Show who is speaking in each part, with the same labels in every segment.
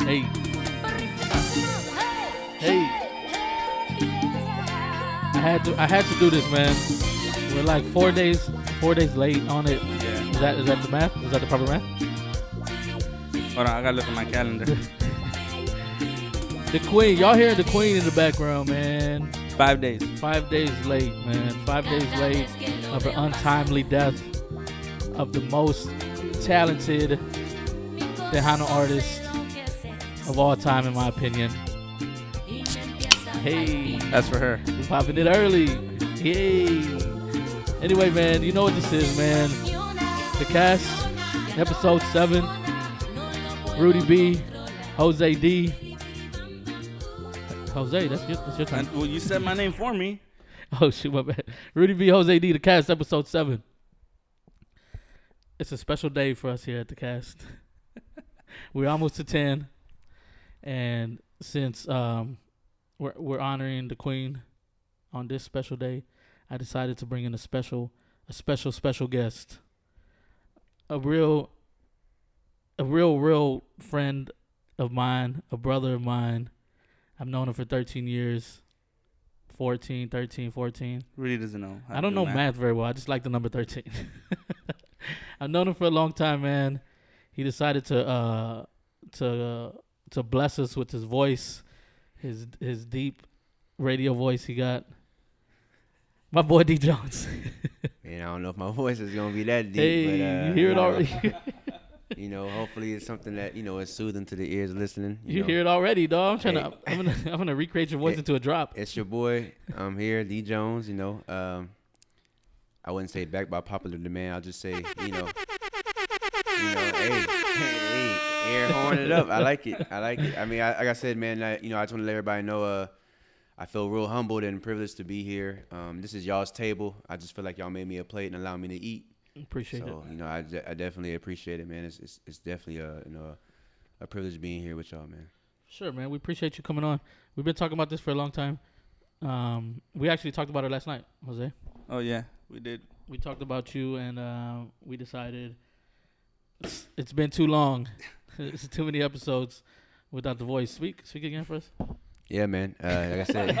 Speaker 1: Hey. Hey. I had to I had to do this, man. We're like four days four days late on it.
Speaker 2: Yeah.
Speaker 1: Is that is that the math? Is that the proper math?
Speaker 2: Hold on, I gotta look at my calendar.
Speaker 1: The Queen, y'all hearing the Queen in the background, man.
Speaker 2: Five days.
Speaker 1: Five days late, man. Five days late of an untimely death of the most talented Tejano artist of all time, in my opinion. Hey,
Speaker 2: That's for her.
Speaker 1: we popping it early. Yay. Anyway, man, you know what this is, man. The cast, episode 7. Rudy B, Jose D. Jose, that's your, that's your
Speaker 2: And,
Speaker 1: time.
Speaker 2: well, you said my name for me.
Speaker 1: Oh, shoot, my bad. Rudy B, Jose D, the cast, episode 7. It's a special day for us here at the cast. we're almost to 10. And since um, we're, we're honoring the queen on this special day, I decided to bring in a special, a special, special guest. A real, a real, real friend of mine, a brother of mine. I've known him for 13 years. 14, 13, 14.
Speaker 2: Really doesn't know. how
Speaker 1: I
Speaker 2: to
Speaker 1: don't
Speaker 2: do
Speaker 1: know math. very well. I just like the number 13. I've known him for a long time, man. He decided to uh to uh, to bless us with his voice, his his deep radio voice he got. My boy D Jones.
Speaker 3: And I don't know if my voice is gonna be that deep.
Speaker 1: hey,
Speaker 3: but, uh,
Speaker 1: you hear it
Speaker 3: nah,
Speaker 1: already?
Speaker 3: You know, hopefully it's something that you know is soothing to the ears listening.
Speaker 1: you
Speaker 3: know.
Speaker 1: hear it already, dog. I'm trying to
Speaker 3: Hey.
Speaker 1: I'm gonna I'm gonna recreate your voice
Speaker 3: Hey.
Speaker 1: into a drop.
Speaker 3: It's your boy. I'm here, D Jones. You know, um, I wouldn't say back by popular demand. I'll just say, you know, you know, hey, hey, hey, air horn it up. I like it. I like it. I mean, I, like I said, man, I, you know, I just want to let everybody know. Uh, I feel real humbled and privileged to be here. Um, this is y'all's table. I just feel like y'all made me a plate and allowed me to eat.
Speaker 1: Appreciate it.
Speaker 3: So you know, I, de- I definitely appreciate it, man. It's it's, it's definitely a you know a privilege being here with y'all, man.
Speaker 1: Sure, man. We appreciate you coming on. We've been talking about this for a long time. Um, we actually talked about it last night, Jose.
Speaker 2: Oh yeah, we did.
Speaker 1: we talked about you and uh, we decided it's, it's been too long. it's too many episodes without the voice. Speak, speak again for us.
Speaker 3: Yeah, man. Uh, like I said,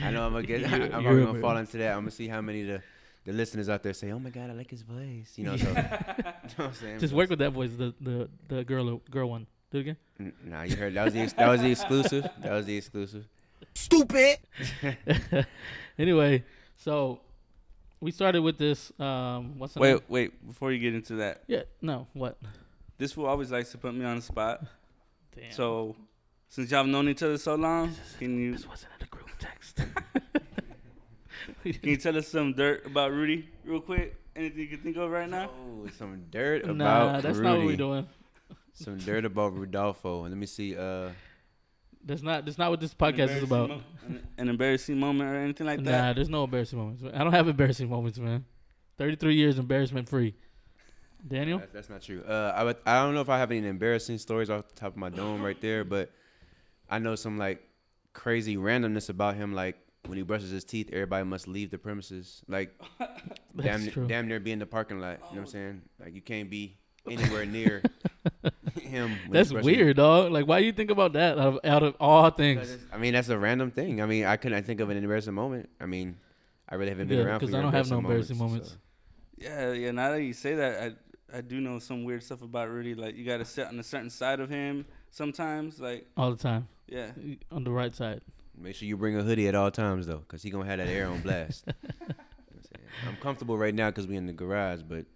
Speaker 3: I know I'm gonna get. I'm
Speaker 1: You're-
Speaker 3: probably
Speaker 1: you're
Speaker 3: gonna
Speaker 1: a
Speaker 3: fall into that. I'm gonna see how many of the the listeners out there say, "Oh my God, I like his voice," you know. So, you know what I'm saying?
Speaker 1: Just work with that voice, the the the girl girl one. Do it again.
Speaker 3: N- Nah, you heard that was the ex- that was the exclusive. That was the exclusive.
Speaker 1: Anyway, so we started with this. Um, what's the name?
Speaker 2: Wait, wait. Before you get into that,
Speaker 1: Yeah, no, what?
Speaker 2: this fool always likes to put me on the spot.
Speaker 1: Damn.
Speaker 2: So, since y'all have known each other so long, can you
Speaker 1: this wasn't in the group text.
Speaker 2: can you tell us some dirt about Rudy real quick? Anything you can think of right now?
Speaker 3: Oh, some dirt about
Speaker 1: nah, that's
Speaker 3: Rudy.
Speaker 1: not what we're doing.
Speaker 3: Some dirt about Rudolfo. Let me see. Uh,
Speaker 1: That's not that's not what this
Speaker 2: An
Speaker 1: podcast is
Speaker 2: embarrassing
Speaker 1: about.
Speaker 2: mo- an, an embarrassing moment or anything like
Speaker 1: Nah,
Speaker 2: that.
Speaker 1: there's no embarrassing moments. I don't have embarrassing moments, man. 33 years embarrassment free. Daniel?
Speaker 3: That's, that's not true. Uh, I would, I don't know if I have any embarrassing stories off the top of my dome right there, but I know some like crazy randomness about him. Like when he brushes his teeth, everybody must leave the premises. Like
Speaker 1: That's
Speaker 3: damn,
Speaker 1: true.
Speaker 3: damn near be in the parking lot. You know what I'm saying? Like you can't be anywhere near him. when he
Speaker 1: That's
Speaker 3: brushes-
Speaker 1: weird, dog. Like, why you think about that out of, out of all things?
Speaker 3: I mean, that's a random thing. I mean, I couldn't think of an embarrassing moment. I mean, I really haven't been
Speaker 1: Yeah,
Speaker 3: around for
Speaker 1: 'cause
Speaker 3: your
Speaker 1: I don't have no embarrassing
Speaker 3: so-
Speaker 1: moments.
Speaker 2: Yeah, yeah. Now that you say that, I I do know some weird stuff about Rudy. Like you got to sit on a certain side of him sometimes. Like
Speaker 1: All the time.
Speaker 2: yeah,
Speaker 1: On the right side.
Speaker 3: Make sure you bring a hoodie at all times though, cause he gonna have that air on blast. You know what I'm, saying? I'm comfortable right now cause we in the garage, but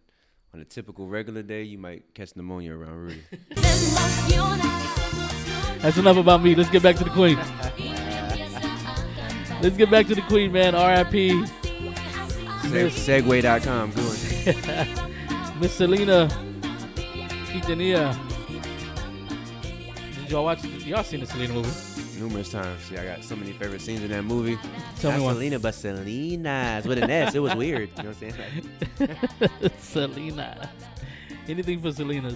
Speaker 3: on a typical regular day, you might catch pneumonia around Rudy.
Speaker 1: That's enough about me. Let's get back to the queen. Let's get back to the queen, man. R.I.P.
Speaker 3: Se- Segway.com, good.
Speaker 1: Miss Selena Quintanilla. Did y'all watch? Y'all seen the Selena movie?
Speaker 3: Numerous times. See, I got so many favorite scenes in that movie.
Speaker 1: Tell
Speaker 3: Not
Speaker 1: me one.
Speaker 3: Selena, but Selena's with an S. It was weird. You know what I'm saying? Like,
Speaker 1: Selena. Anything for Selena's.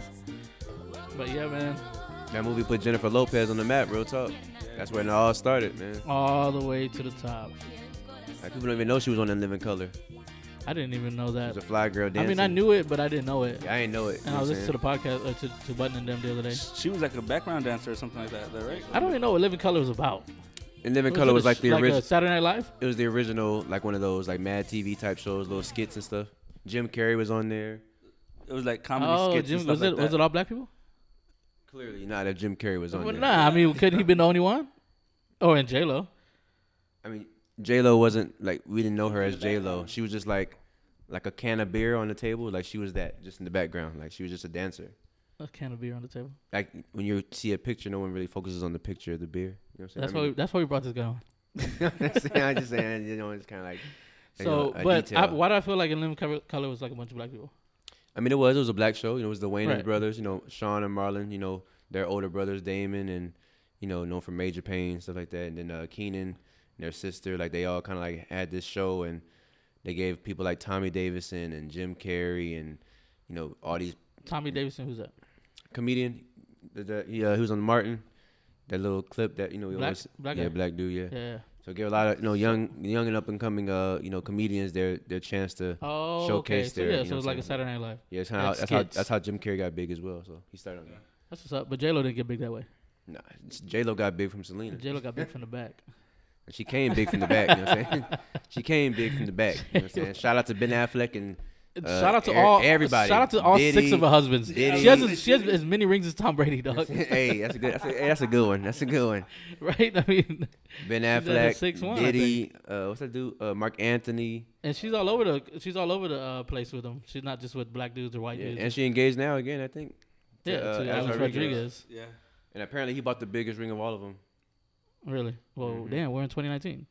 Speaker 1: But yeah, man.
Speaker 3: that movie put Jennifer Lopez on the map. Real talk. That's when it all started, man.
Speaker 1: All the way to the top.
Speaker 3: Like, people don't even know she was on In Living Color.
Speaker 1: I I didn't even know
Speaker 3: It was
Speaker 1: that.
Speaker 3: a fly girl
Speaker 1: I
Speaker 3: dancing.
Speaker 1: mean, I knew it, but I didn't know it.
Speaker 3: Yeah, I ain't know it.
Speaker 1: And I was listening to the podcast uh, to to Button and them the other day.
Speaker 2: She was like a background dancer or something like that, though, right?
Speaker 1: I don't even know what Living Color was about.
Speaker 3: the and Living Color
Speaker 1: it
Speaker 3: was
Speaker 1: a
Speaker 3: like
Speaker 1: sh-
Speaker 3: the
Speaker 1: a
Speaker 3: original.
Speaker 1: Saturday Night Live.
Speaker 3: It was the original, like one of those like Mad TV type shows, little skits and stuff. Jim Carrey was on there.
Speaker 2: It was like comedy
Speaker 1: Oh,
Speaker 2: skits
Speaker 1: Jim,
Speaker 2: and stuff
Speaker 1: was it
Speaker 2: like
Speaker 1: was
Speaker 2: that.
Speaker 1: it all black people?
Speaker 3: Clearly not that Jim Carrey was on
Speaker 1: Well,
Speaker 3: there.
Speaker 1: nah, I mean, couldn't he been the only one? Oh, and J Lo.
Speaker 3: I mean, J Lo wasn't like we didn't know her as J Lo. She was just like like a can of beer on the table. Like she was that just in the background. Like she was just a dancer.
Speaker 1: A can of beer on the table.
Speaker 3: Like when you see a picture, no one really focuses on the picture of the beer. You know what I'm
Speaker 1: That's why we,
Speaker 3: saying?
Speaker 1: that's why we brought this guy on.
Speaker 3: That's why. I'm just saying, you know, it's kind of like. you know,
Speaker 1: So,
Speaker 3: a
Speaker 1: but I,
Speaker 3: detail.
Speaker 1: why do I feel like in Living Color, Color was like a bunch of black people?
Speaker 3: I mean, it was it was a black show. You know, it was the Wayans
Speaker 1: Right.
Speaker 3: brothers. You know, Sean and Marlon. You know, their older brothers, Damon, and you know, known for Major Pain stuff like that. And then uh, Keenan, and their sister, like they all kind of like had this show, and they gave people like Tommy Davidson and Jim Carrey, and you know, all these
Speaker 1: Tommy Davidson, who's that?
Speaker 3: comedian. The, the, he, uh, he was on Martin. That little clip that you know, we
Speaker 1: Black-
Speaker 3: always,
Speaker 1: black
Speaker 3: yeah,
Speaker 1: guy?
Speaker 3: black dude, yeah.
Speaker 1: Yeah.
Speaker 3: So give a lot of you know young, young and up and coming, uh, you know, comedians their their chance to.
Speaker 1: Oh,
Speaker 3: Showcase
Speaker 1: okay.
Speaker 3: their-
Speaker 1: so yeah,
Speaker 3: you
Speaker 1: so
Speaker 3: know
Speaker 1: it was
Speaker 3: what
Speaker 1: like
Speaker 3: I'm
Speaker 1: a
Speaker 3: saying?
Speaker 1: Saturday Night Live.
Speaker 3: Yeah, it's kind of
Speaker 1: And
Speaker 3: that's how,
Speaker 1: skits.
Speaker 3: that's how Jim Carrey got big as well. So he started on that.
Speaker 1: That's what's up. But J Lo didn't get big that way.
Speaker 3: Nah, J Lo got big from Selena.
Speaker 1: J Lo got big from the back.
Speaker 3: And she came big from the back. You know what I'm saying? she came big from the back. You know what I'm saying? Shout out to Ben Affleck and Uh,
Speaker 1: shout out to
Speaker 3: e-
Speaker 1: all
Speaker 3: everybody.
Speaker 1: Shout out to all six
Speaker 3: Diddy,
Speaker 1: of her husbands.
Speaker 3: Diddy.
Speaker 1: She has as- she has as many rings as Tom Brady, dog.
Speaker 3: hey, that's a good. That's a, hey, that's a good one. That's a good one.
Speaker 1: right? I mean,
Speaker 3: Ben
Speaker 1: at a
Speaker 3: Affleck,
Speaker 1: 6'1",, I
Speaker 3: Diddy, uh, what's that dude? Uh, Mark Anthony.
Speaker 1: and she's all over the she's all over the uh, place with them. She's not just with black dudes or white
Speaker 3: Yeah,
Speaker 1: dudes.
Speaker 3: and she engaged now again, I think.
Speaker 1: yeah,
Speaker 3: uh,
Speaker 1: to
Speaker 3: Alex
Speaker 1: Alex Rodriguez.
Speaker 3: Rodriguez.
Speaker 2: Yeah.
Speaker 3: And apparently he bought the biggest ring of all of them.
Speaker 1: Really? Well,
Speaker 3: Mhm.
Speaker 1: damn, we're in 2019.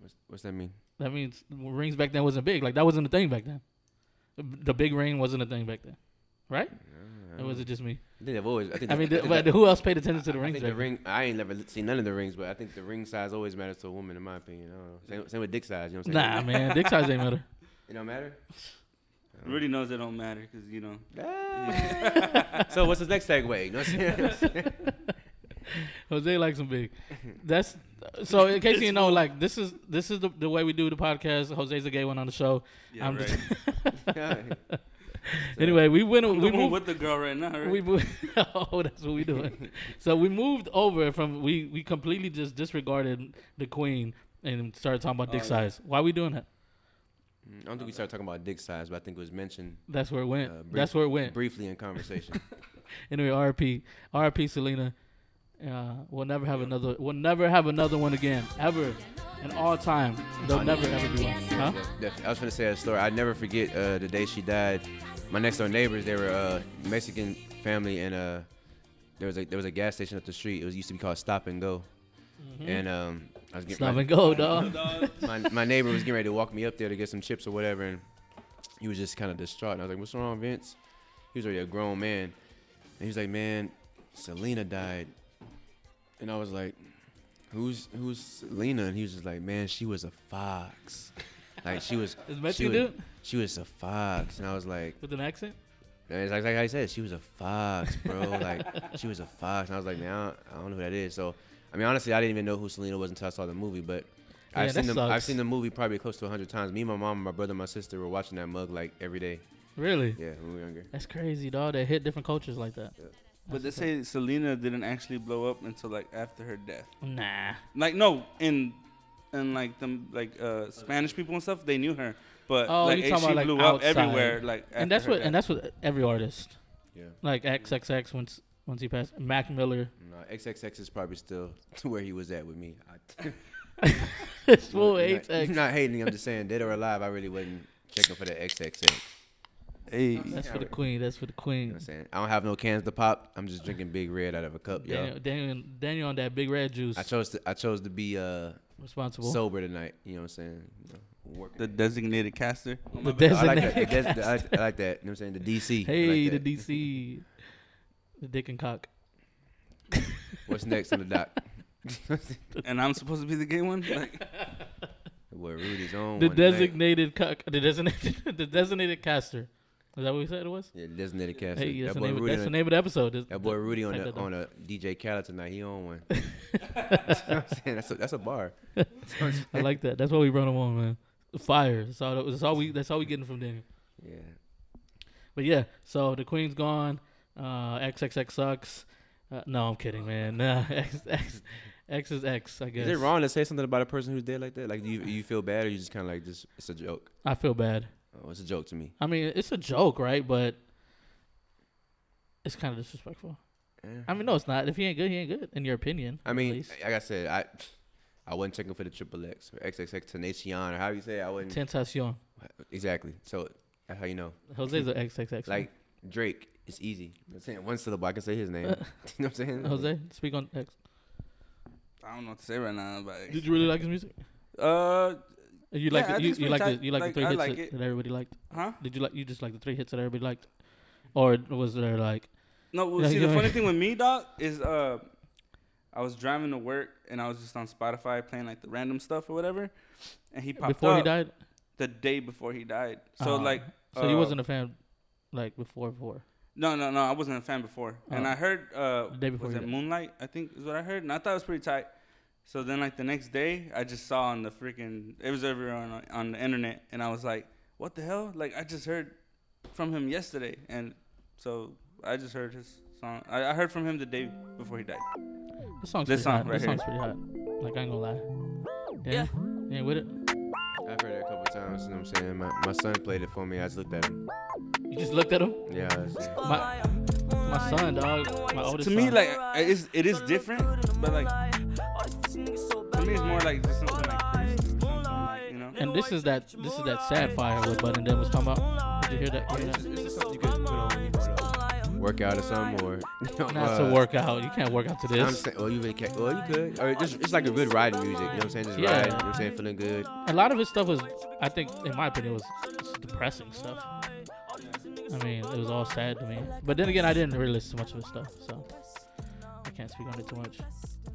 Speaker 3: What's, what's that mean?
Speaker 1: That means rings back then wasn't big. Like that wasn't a thing back then. The- The big ring wasn't a thing back then, right?
Speaker 3: Uh,
Speaker 1: Or was it just me?
Speaker 3: I think they've always. I, think
Speaker 1: I mean,
Speaker 3: the,
Speaker 1: th- but who else paid attention to the
Speaker 3: I
Speaker 1: rings?
Speaker 3: think
Speaker 1: back
Speaker 3: the
Speaker 1: then?
Speaker 3: ring. I ain't never seen none of the rings, but I think the ring size always matters to a woman, in my opinion. I don't know. Same, same with dick size. You know what I'm saying?
Speaker 1: Nah, man, dick size ain't matter.
Speaker 3: It don't matter.
Speaker 2: Rudy knows it don't matter because you know.
Speaker 3: so what's his next segue? You know what I'm saying?
Speaker 1: Jose likes them big. That's so. In case you know, like this is this is the, the way we do the podcast. Jose's the gay one on the show.
Speaker 2: Yeah,
Speaker 1: I'm
Speaker 2: right.
Speaker 1: just-
Speaker 3: Alright.
Speaker 1: anyway, we went.
Speaker 2: I'm
Speaker 1: we
Speaker 2: the one
Speaker 1: moved.
Speaker 2: with the girl right now. Right?
Speaker 1: we moved. oh, that's what we doing. so we moved over from we we completely just disregarded the queen and started talking about dick
Speaker 2: Oh, yeah.
Speaker 1: size. Why we doing that?
Speaker 3: I don't think we started talking about dick size, but I think it was mentioned
Speaker 1: That's where it went.
Speaker 3: Uh, brief-
Speaker 1: that's where it went.
Speaker 3: briefly in conversation.
Speaker 1: Anyway, RP, RP, Selena. Uh, we'll never have another. We'll never have another one again, ever, in all time. There'll never ever be one. Huh?
Speaker 3: Def- I was gonna say a story. I never forget uh, the day she died. My next door neighbors, they were uh, Mexican family, and uh, there was a there was a gas station up the street. It was used to be called Stop and Go, and um, I was
Speaker 1: Mm-hmm.
Speaker 3: getting
Speaker 1: Stop
Speaker 3: my-
Speaker 1: and go, dog.
Speaker 3: my, my neighbor was getting ready to walk me up there to get some chips or whatever, and he was just kind of distraught. And I was like, "What's wrong, Vince?" He was already a grown man, and he was like, "Man, Selena died," and I was like, "Who's who's Selena?" And he was just like, "Man, she was a fox, like she was
Speaker 1: Is
Speaker 3: she
Speaker 1: Mexican
Speaker 3: was,
Speaker 1: dude
Speaker 3: she was a fox." And I was like,
Speaker 1: with an accent?
Speaker 3: and it's like, like I said, she was a fox, bro. like she was a fox, and I was like, man, I don't, I don't know who that is. So, I mean, honestly, I didn't even know who Selena was until I saw the movie. But I've
Speaker 1: Yeah,
Speaker 3: seen
Speaker 1: that
Speaker 3: the I've
Speaker 1: sucks.
Speaker 3: seen the movie probably close to hundred times. Me, my mom, my brother, my sister were watching that mug like every day.
Speaker 1: Really?
Speaker 3: Yeah, when we were younger.
Speaker 1: That's crazy, dog. They hit different cultures like that.
Speaker 2: but they say Selena didn't actually blow up until like after her death.
Speaker 1: Nah.
Speaker 2: Like no, in in like them like uh Spanish people and stuff, they knew her. But
Speaker 1: Oh,
Speaker 2: like
Speaker 1: you
Speaker 2: it-
Speaker 1: talking
Speaker 2: she
Speaker 1: about, like,
Speaker 2: blew up
Speaker 1: outside.
Speaker 2: everywhere. Like after
Speaker 1: and that's
Speaker 2: her
Speaker 1: what
Speaker 2: death.
Speaker 1: and that's what every artist
Speaker 3: Yeah.
Speaker 1: like XXX once once he passed Mac Miller.
Speaker 3: No, XXX is probably still to where he was at with me. I,
Speaker 1: Full
Speaker 3: not,
Speaker 1: XX.
Speaker 3: not hating. I'm just saying, dead or alive, I really wasn't checking for the XXX. You
Speaker 2: hey,
Speaker 1: That's for the queen. That's for the
Speaker 3: know what
Speaker 1: queen.
Speaker 3: I'm saying? I don't have no cans to pop. I'm just drinking Big Red out of a cup, y'all.
Speaker 1: Daniel, Daniel, Daniel on that big red juice.
Speaker 3: I chose to I chose to be uh
Speaker 1: responsible.
Speaker 3: sober tonight. You know what I'm saying? You know, working.
Speaker 2: the designated caster.
Speaker 1: the
Speaker 3: I like that.
Speaker 1: designated.
Speaker 3: That's- I like- I like that. You know what I'm saying? The DC. I
Speaker 1: hey,
Speaker 3: like that.
Speaker 1: the DC, the dick and cock.
Speaker 3: What's next on the dock?
Speaker 2: and I'm supposed to be the gay one. Like,
Speaker 3: Where Rudy's on.
Speaker 1: The
Speaker 3: one tonight.
Speaker 1: designated cock. The designated. the designated caster. Is that what we said it was?
Speaker 3: Yeah, designated cast.
Speaker 1: Hey, that's, the
Speaker 3: that, boy
Speaker 1: name, of-
Speaker 3: Rudy
Speaker 1: that's the
Speaker 3: on,
Speaker 1: name of the episode. This-
Speaker 3: that boy Rudy on
Speaker 1: Type
Speaker 3: a,
Speaker 1: that down.
Speaker 3: on a DJ Khaled tonight. He on one. You know what I'm saying? That's a, that's a bar.
Speaker 1: I like that. That's why we brought him on, man. fire. That's all. That's all we. That's all we getting from Daniel.
Speaker 3: Yeah.
Speaker 1: But yeah, so the Queen's gone. Uh, XXX sucks. Uh, no, I'm kidding, man. Nah, X, X, X is X. I guess.
Speaker 3: Is it wrong to say something about a person who's dead like that? Like, do you you feel bad or you just kind of like just it's a joke?
Speaker 1: I feel bad.
Speaker 3: Oh, it's a joke to me.
Speaker 1: I mean, it's a joke, right? But it's kind of disrespectful.
Speaker 3: Yeah.
Speaker 1: I mean, no, it's not. If he ain't good, he ain't good. In your opinion,
Speaker 3: I
Speaker 1: at
Speaker 3: mean,
Speaker 1: least.
Speaker 3: like I said, I I wasn't checking for the triple X or XXX Tenacion or how you say it. I wasn't
Speaker 1: Tentacion.
Speaker 3: exactly. So that's how you know.
Speaker 1: Jose's a XXX.
Speaker 3: Like Drake, it's easy. I'm saying one syllable, I can say his name. you know what I'm saying?
Speaker 1: Jose, speak on X.
Speaker 2: I don't know what to say right now. But
Speaker 1: Did you really like his music?
Speaker 2: uh,
Speaker 1: You
Speaker 2: Yeah,
Speaker 1: like
Speaker 2: I
Speaker 1: the,
Speaker 2: think
Speaker 1: you,
Speaker 2: it's
Speaker 1: you
Speaker 2: pretty
Speaker 1: like the,
Speaker 2: tight.
Speaker 1: you like the
Speaker 2: Like,
Speaker 1: three
Speaker 2: I
Speaker 1: hits
Speaker 2: like
Speaker 1: that,
Speaker 2: it.
Speaker 1: that everybody liked.
Speaker 2: huh?
Speaker 1: Did you like you just like the three hits that everybody liked, or was there like
Speaker 2: No, well,
Speaker 1: Yeah,
Speaker 2: see, the
Speaker 1: yeah.
Speaker 2: funny thing with me, dog, is uh, I was driving to work and I was just on Spotify playing like the random stuff or whatever, and he popped
Speaker 1: before
Speaker 2: up
Speaker 1: he died?
Speaker 2: the day before he died. So
Speaker 1: Uh,
Speaker 2: like,
Speaker 1: So you
Speaker 2: uh,
Speaker 1: wasn't a fan like before before.
Speaker 2: No, no, no. I wasn't a fan before, and
Speaker 1: Oh.
Speaker 2: I heard uh,
Speaker 1: The day before
Speaker 2: was
Speaker 1: you
Speaker 2: it
Speaker 1: did.
Speaker 2: Moonlight? I think is what I heard, and I thought it was pretty tight. So then, like the next day, I just saw on the freaking it was everywhere on on the internet, and I was like, "What the hell?" Like I just heard from him yesterday, and so I just heard his song. I, I heard from him the day before he died.
Speaker 1: This song's pretty
Speaker 2: This song
Speaker 1: hot.
Speaker 2: right
Speaker 1: this
Speaker 2: here.
Speaker 1: song's pretty hot. Like I ain't gonna lie. Yeah. Yeah. With it.
Speaker 3: I've heard it a couple times, you know what I'm saying? My, my son played it for me. I just looked at him.
Speaker 1: You just looked at him.
Speaker 3: Yeah. I was-
Speaker 1: My my son, dog. My oldest.
Speaker 2: To me,
Speaker 1: son.
Speaker 2: like it is it is different, but like to me, it's more like just something like this, something like, you know.
Speaker 1: And this is that this is that sad fire what Bud and Dan was talking about. Did you hear that? Hear
Speaker 3: It's
Speaker 1: that?
Speaker 3: just, it's just something you could put on when you wanna work out or something or
Speaker 2: Oh,
Speaker 3: uh,
Speaker 1: Not to work out. You can't work out to
Speaker 3: I'm
Speaker 1: this.
Speaker 3: saying, well, you really can't. Well, you could. Or just, it's like a good riding music. You know what I'm saying? Just
Speaker 1: Yeah.
Speaker 3: riding. You know what I'm saying? Feeling good.
Speaker 1: A lot of his stuff was, I think, in my opinion, was just depressing stuff. I mean, it was all sad to me. But then again, I didn't really listen to much of his stuff, so I can't speak on it too much.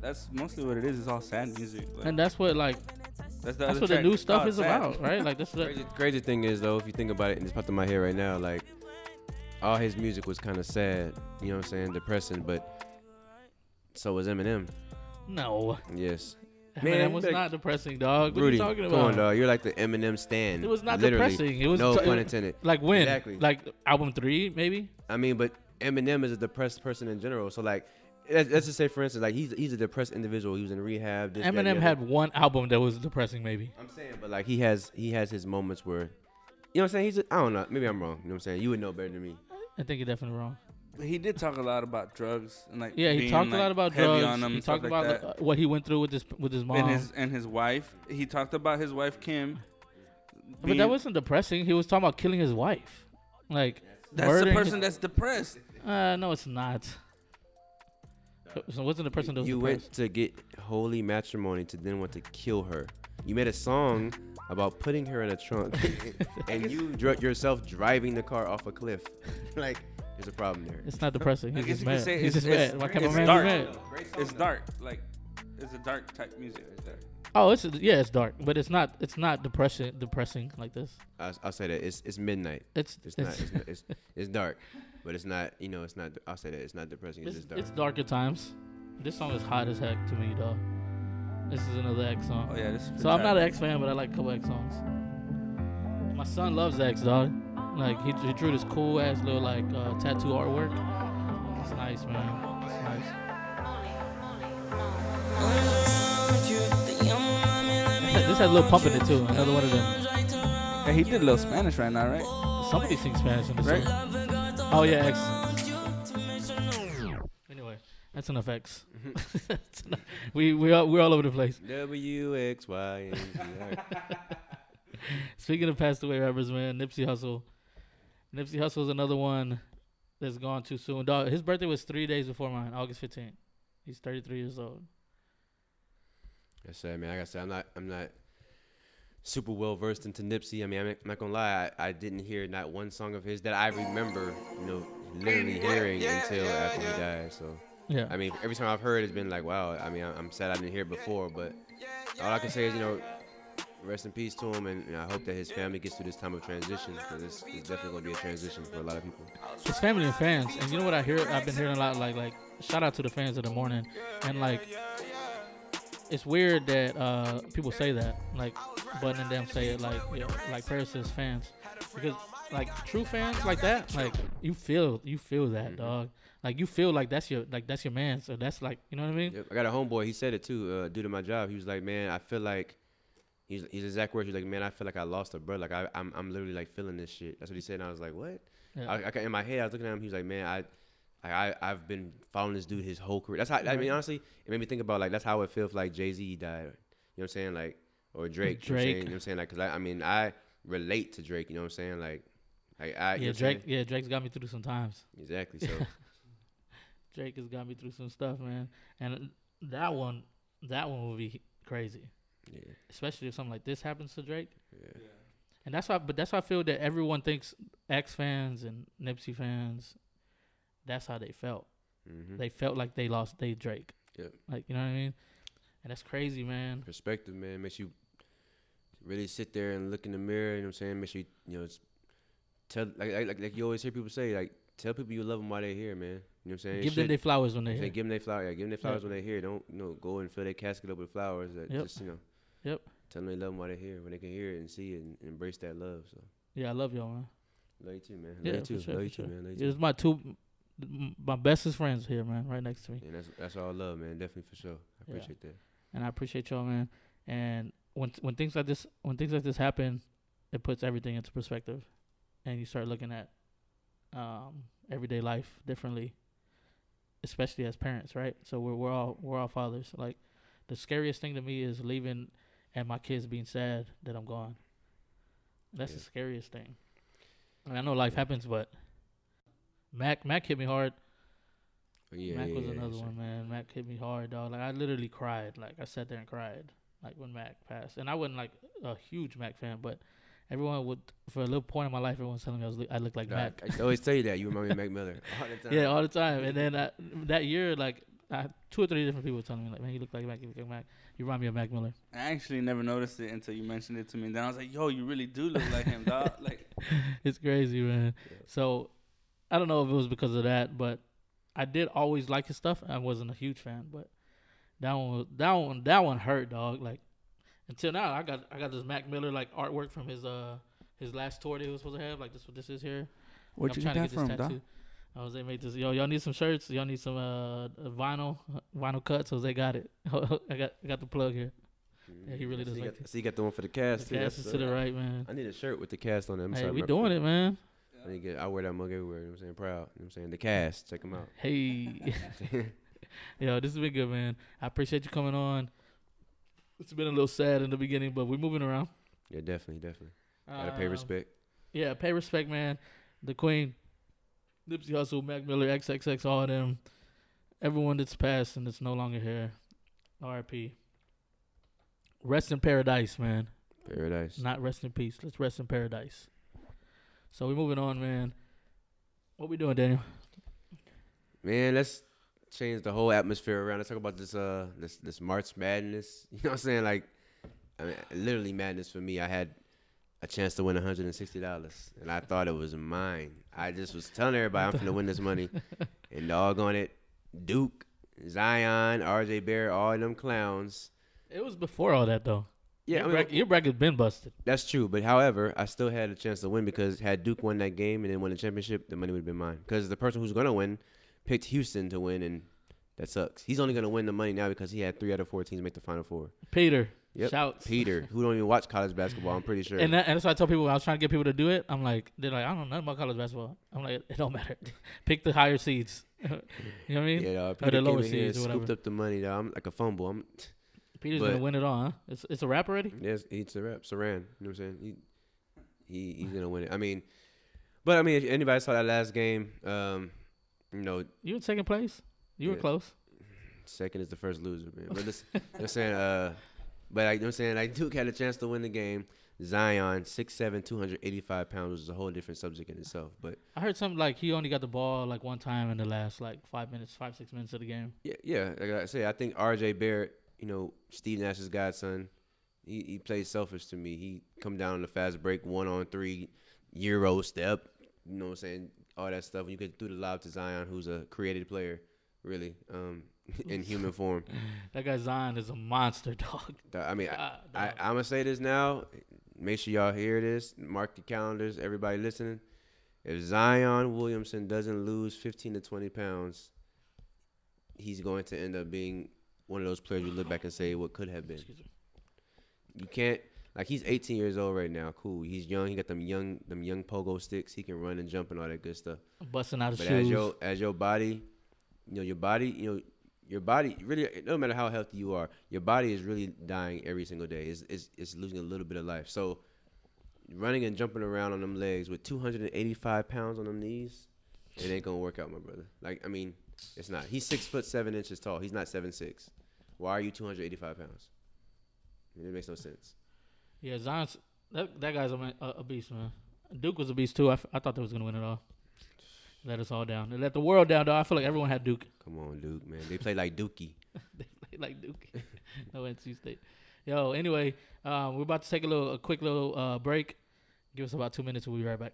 Speaker 2: That's mostly what it is. It's all sad music. Like,
Speaker 1: And that's what like
Speaker 2: that's the
Speaker 1: that's what
Speaker 2: other
Speaker 1: the
Speaker 2: track.
Speaker 1: new
Speaker 2: It's
Speaker 1: stuff
Speaker 2: all
Speaker 1: is
Speaker 2: sad.
Speaker 1: about, right? Like that's what
Speaker 3: Crazy, crazy thing is though, if you think about it, and it's popped in my head right now, like all his music was kind of sad. You know what I'm saying? Depressing, but so was Eminem.
Speaker 1: no.
Speaker 3: Yes.
Speaker 1: Man,
Speaker 3: Man,
Speaker 1: that was
Speaker 3: look.
Speaker 1: not depressing, dog. What
Speaker 3: Rudy,
Speaker 1: are you talking
Speaker 3: come
Speaker 1: about?
Speaker 3: on, dog. You're like the Eminem stand.
Speaker 1: It was not
Speaker 3: Literally.
Speaker 1: depressing. It was
Speaker 3: no
Speaker 1: t-
Speaker 3: pun intended.
Speaker 1: Like when?
Speaker 3: Exactly.
Speaker 1: Like album three, maybe?
Speaker 3: I mean, but Eminem is a depressed person in general. So like, let's, let's just say for instance, like he's he's a depressed individual. He was in rehab. This, that, and the
Speaker 1: Eminem
Speaker 3: other.
Speaker 1: had one album that was depressing, maybe.
Speaker 3: I'm saying, but like he has he has his moments where, you know what I'm saying. He's a, I don't know. Maybe I'm wrong. You know what I'm saying. You would know better than me.
Speaker 1: I think you're definitely wrong.
Speaker 2: He did talk a lot about drugs and like
Speaker 1: Yeah, he
Speaker 2: being,
Speaker 1: talked
Speaker 2: like,
Speaker 1: a lot about
Speaker 2: heavy
Speaker 1: drugs.
Speaker 2: on them
Speaker 1: he
Speaker 2: and stuff
Speaker 1: talked
Speaker 2: like
Speaker 1: about
Speaker 2: that.
Speaker 1: uh, what he went through with his with his mom.
Speaker 2: and his and his wife. He talked about his wife Kim.
Speaker 1: but that wasn't depressing. He was talking about killing his wife, like
Speaker 2: that's
Speaker 1: murdering
Speaker 2: the person
Speaker 1: his-
Speaker 2: that's depressed.
Speaker 1: uh, no, it's not. So- So wasn't the person that was
Speaker 3: you
Speaker 1: depressed.
Speaker 3: went to get holy matrimony to then want to kill her. You made a song about putting her in a trunk, and you dr- yourself driving the car off a cliff. like, there's a problem there.
Speaker 1: It's not depressing.
Speaker 2: I
Speaker 1: He's
Speaker 2: guess
Speaker 1: just
Speaker 2: you could
Speaker 1: mad.
Speaker 2: say
Speaker 1: He's
Speaker 2: it's-
Speaker 1: just
Speaker 2: it's-
Speaker 1: mad. Why can't a
Speaker 2: it's
Speaker 1: man
Speaker 2: dark.
Speaker 1: be mad?
Speaker 2: It's dark, like it's a dark type music.
Speaker 1: Oh, it's yeah, it's dark, but it's not. It's not depression. Depressing like this.
Speaker 3: I'll, I'll say that it's it's midnight.
Speaker 1: It's
Speaker 3: It's not. It's, not- it's, it's dark, but it's not. You know, it's not. I'll say that it's not depressing. It's,
Speaker 1: It's,
Speaker 3: just dark.
Speaker 1: it's dark at times. This song is hot as heck to me, though. This is another X song.
Speaker 2: Oh yeah, this. Is
Speaker 1: So I'm not an
Speaker 2: pretty
Speaker 1: X fan, but I like a couple X songs. My son loves X, dog. Like he, he drew this cool ass little like uh, tattoo artwork. It's nice, man. It's nice. This has a little pump in it too. Another one of them.
Speaker 2: tight. Hey, he did a little Spanish right now, right?
Speaker 1: Somebody sings Spanish in this
Speaker 2: Right?
Speaker 1: song. Oh yeah, X. Anyway, that's enough X. That's enough. We we all, we're all over the place.
Speaker 3: W X Y N G I.
Speaker 1: Speaking of passed away rappers, man, Nipsey Hussle. Nipsey Hussle's another one that's gone too soon. Dog, his birthday was three days before mine, August 15th. He's 33 years old.
Speaker 3: That's sad, man. Like I said, I'm not, I'm not super well versed into Nipsey. I mean, I'm not, I'm not gonna lie, I, I didn't hear not one song of his that I remember, you know, literally hearing until after he died. So,
Speaker 1: Yeah.
Speaker 3: I mean, every time I've heard, it's been like, wow. I mean, I- I'm sad I didn't hear it before, but all I can say is, you know, rest in peace to him, and, and I hope that his family gets through this time of transition because it's, it's definitely gonna be a transition for a lot of people.
Speaker 1: It's family and fans, and you know what I hear? I've been hearing a lot, like like shout out to the fans of the morning, and like it's weird that uh people say that. Like Button them say it like you know, like Paris says fans because like true fans like that like you feel you feel that dog like you feel like that's your like that's your man so that's like you know what I mean
Speaker 3: Yep, I got a homeboy. He said it too. Uh, due to my job, he was like, "Man, I feel like." He's his exact words. He's like, "Man, I feel like I lost a brother. Like I, I'm, I'm literally like feeling this shit." That's what he said. And I was like, "What?"
Speaker 1: Yeah.
Speaker 3: I, I, ca- in my head, I was looking at him. He was like, "Man, I." I, I, I've been following this dude his whole career. That's how I mean. Honestly, it made me think about like that's how it feels like Jay Z died. You know what I'm saying? Like or Drake. You know what I'm saying?
Speaker 1: Drake.
Speaker 3: You know what I'm saying? Like, cause I, I mean, I relate to Drake. You know what I'm saying? Like, like I. you know
Speaker 1: yeah
Speaker 3: what I'm saying?
Speaker 1: Drake yeah Drake's got me through some times
Speaker 3: Exactly. So
Speaker 1: Drake has got me through some stuff man and that one that one would be crazy
Speaker 3: yeah,
Speaker 1: especially if something like this happens to Drake
Speaker 3: yeah.
Speaker 1: And that's why, but that's why I feel that everyone thinks X fans and Nipsey fans, that's how they felt.
Speaker 3: Mm-hmm.
Speaker 1: They felt like they lost they Drake.
Speaker 3: Yep.
Speaker 1: Like you know what I mean? And that's crazy, man.
Speaker 3: perspective, man, makes you really sit there and look in the mirror. You know what I'm saying? Makes you, you know, s- tell like like, like, like you always hear people say, like tell people you love them while they're here, man. You know what I'm saying?
Speaker 1: Give them their flowers when they
Speaker 3: flowers.
Speaker 1: here.
Speaker 3: give them their flowers. Yeah, give them their flowers when they're here. Don't you know go and fill their casket up with flowers. That
Speaker 1: Yep.
Speaker 3: Just you know.
Speaker 1: Yep.
Speaker 3: Tell them they love them while they're here, when they can hear it and see it and embrace that love. So
Speaker 1: Yeah, I love y'all, man.
Speaker 3: love you too, man. Love
Speaker 1: Yeah,
Speaker 3: you too.
Speaker 1: for sure,
Speaker 3: love
Speaker 1: for
Speaker 3: you
Speaker 1: sure.
Speaker 3: too, man. Love
Speaker 1: It's
Speaker 3: you too.
Speaker 1: my two, m- my bestest friends here, man, right next to me,
Speaker 3: And that's that's all love, man. Definitely for sure. I
Speaker 1: Yeah.
Speaker 3: appreciate that.
Speaker 1: and I appreciate y'all, man. And when when things like this, when things like this happen, it puts everything into perspective, and you start looking at um, everyday life differently, especially as parents, right? So we're we're all we're all fathers. Like the scariest thing to me is leaving and my kids being sad that I'm gone. That's the
Speaker 3: Yeah.
Speaker 1: scariest thing. And I know life happens, but Mac Mac hit me hard.
Speaker 3: But yeah,
Speaker 1: Mac
Speaker 3: yeah,
Speaker 1: was
Speaker 3: yeah,
Speaker 1: another
Speaker 3: so-
Speaker 1: one, man. Mac hit me hard, dog. Like I literally cried. Like I sat there and cried, like when Mac passed. And I wasn't like a huge Mac fan, but everyone would, for a little point in my life, everyone's telling me I was, li- I looked like
Speaker 3: Nah,
Speaker 1: Mac.
Speaker 3: I used to always tell you that. You remind me of Mac Miller all the time.
Speaker 1: Yeah, all the time. And then I, that year, like I, two or three different people were telling me, like, man, you look like Mac. You look like Mac. You remind me of Mac Miller.
Speaker 2: I actually never noticed it until you mentioned it to me. And then I was like, yo, you really do look like him, dog. Like,
Speaker 1: It's crazy, man.
Speaker 3: Yeah.
Speaker 1: So I don't know if it was because of that, but I did always like his stuff. I wasn't a huge fan, but that one, was, that one, that one hurt, dog. Like until now, I got I got this Mac Miller like artwork from his uh his last tour that he was supposed to have. Like this, what this is here.
Speaker 2: where'd you get that from, dog?
Speaker 1: Jose Oh, made this. Yo, y'all need some shirts. Y'all need some uh vinyl vinyl cuts. Jose got it. I got I got the plug here. Yeah, he really
Speaker 3: Mm-hmm. so
Speaker 1: does
Speaker 3: you
Speaker 1: like
Speaker 3: got, so you got the one for the cast.
Speaker 1: The
Speaker 3: too.
Speaker 1: cast
Speaker 3: That's
Speaker 1: is
Speaker 3: what's
Speaker 1: to
Speaker 3: up.
Speaker 1: the right, man.
Speaker 3: I need a shirt with the cast on it. I'm
Speaker 1: Hey,
Speaker 3: sorry,
Speaker 1: we
Speaker 3: my
Speaker 1: doing
Speaker 3: friend.
Speaker 1: it, man.
Speaker 3: I, need to get- I wear that mug everywhere. You know what I'm saying? Proud. You know what I'm saying? The cast. Check them out.
Speaker 1: Hey, yo, this has been good, man. I appreciate you coming on. It's been a little sad in the beginning, but we're moving around.
Speaker 3: yeah, definitely, definitely. Gotta pay
Speaker 1: Um,
Speaker 3: respect.
Speaker 1: Yeah, pay respect, man. The Queen, Nipsey Hussle, Mac Miller, XXX, all of them. Everyone that's passed and that's no longer here. RIP. Rest in paradise, man.
Speaker 3: Paradise.
Speaker 1: Not rest in peace. Let's rest in paradise. So we're moving on, man. What we doing, Daniel?
Speaker 3: Man, let's change the whole atmosphere around. Let's talk about this uh this this March Madness. You know what I'm saying? Like, I mean, literally madness for me. I had a chance to win 160 dollars, and I thought it was mine. I just was telling everybody I'm gonna win this money, and doggone it, Duke, Zion, R.J. Barrett, all them clowns.
Speaker 1: It was before all that, though.
Speaker 3: Yeah, I
Speaker 1: your,
Speaker 3: mean,
Speaker 1: bracket, your bracket's been busted.
Speaker 3: That's true, but however, I still had a chance to win because had Duke won that game and then won the championship, the money would have been mine. Because the person who's gonna win picked Houston to win, and that sucks. He's only gonna win the money now because he had three out of four teams make the final four.
Speaker 1: Peter,
Speaker 3: Yep.
Speaker 1: shouts.
Speaker 3: Peter, who don't even watch college basketball, I'm pretty sure.
Speaker 1: And, that, and that's why I tell people I was trying to get people to do it. I'm like, they're like, I don't know nothing about college basketball. I'm like, it don't matter. Pick the higher seeds. you know what I mean?
Speaker 3: yeah, dawg,
Speaker 1: Or the
Speaker 3: Peter came
Speaker 1: lower
Speaker 3: in here and
Speaker 1: seeds or
Speaker 3: scooped
Speaker 1: whatever.
Speaker 3: up the money. Dog. I'm like a fumble. I'm
Speaker 1: Peter's gonna
Speaker 3: but-
Speaker 1: win it all. Huh? It's it's a wrap already.
Speaker 3: Yes, he's a rep. Saran. You know what I'm saying? He, he he's gonna win it. I mean, but I mean, if anybody saw that last game, um, you know,
Speaker 1: You in second place? You were
Speaker 3: Yeah.
Speaker 1: close.
Speaker 3: Second is the first loser, man. But listen, you know what I'm saying? Uh, but like, you know what I'm saying? Like, Duke had a chance to win the game. Zion, 6'7", 285 pounds, which is a whole different subject in itself. But
Speaker 1: I heard something like he only got the ball like one time in the last like five minutes, five six minutes of the game.
Speaker 3: yeah, yeah, like I say, I think R.J. Barrett, you know, Steve Nash's godson, he, he plays selfish to me. He come down on the fast break, one on three, euro step, you know what I'm saying? All that stuff. You get through the lob to Zion, who's a created player. really, um, in human form.
Speaker 1: That guy Zion is a monster, dog.
Speaker 3: Th- I mean, I,
Speaker 1: God,
Speaker 3: I,
Speaker 1: dog.
Speaker 3: I'm gonna say this now. Make sure y'all hear this. Mark the calendars. Everybody listening. If Zion Williamson doesn't lose 15 to 20 pounds, he's going to end up being one of those players you look back and say what could have been.
Speaker 1: Excuse me.
Speaker 3: You can't like he's 18 years old right now. Cool. He's young. He got them young them young pogo sticks. He can run and jump and all that good stuff.
Speaker 1: busting out his
Speaker 3: But
Speaker 1: shoes.
Speaker 3: as your as your body, you know your body, you know your body really. No matter how healthy you are, your body is really dying every single day. It's it's, it's losing a little bit of life. So running and jumping around on them legs with 285 pounds on them knees, it ain't gonna work out, my brother. Like I mean, it's not. He's six foot seven inches tall. He's not seven six. Why are you 285 pounds? I mean, it makes no sense.
Speaker 1: yeah, Zion's that that guy's a, man- a, a beast, man. Duke was a beast too. I, f- I thought they was gonna win it all. Let us all down. They let the world down, though. I feel like everyone had Duke.
Speaker 3: Come on, Duke, man. They play like Dookie.
Speaker 1: they play like Duke. no NC State. Yo, anyway, um, we're about to take a little, a quick little uh, break. Give us about two minutes. We'll be right back.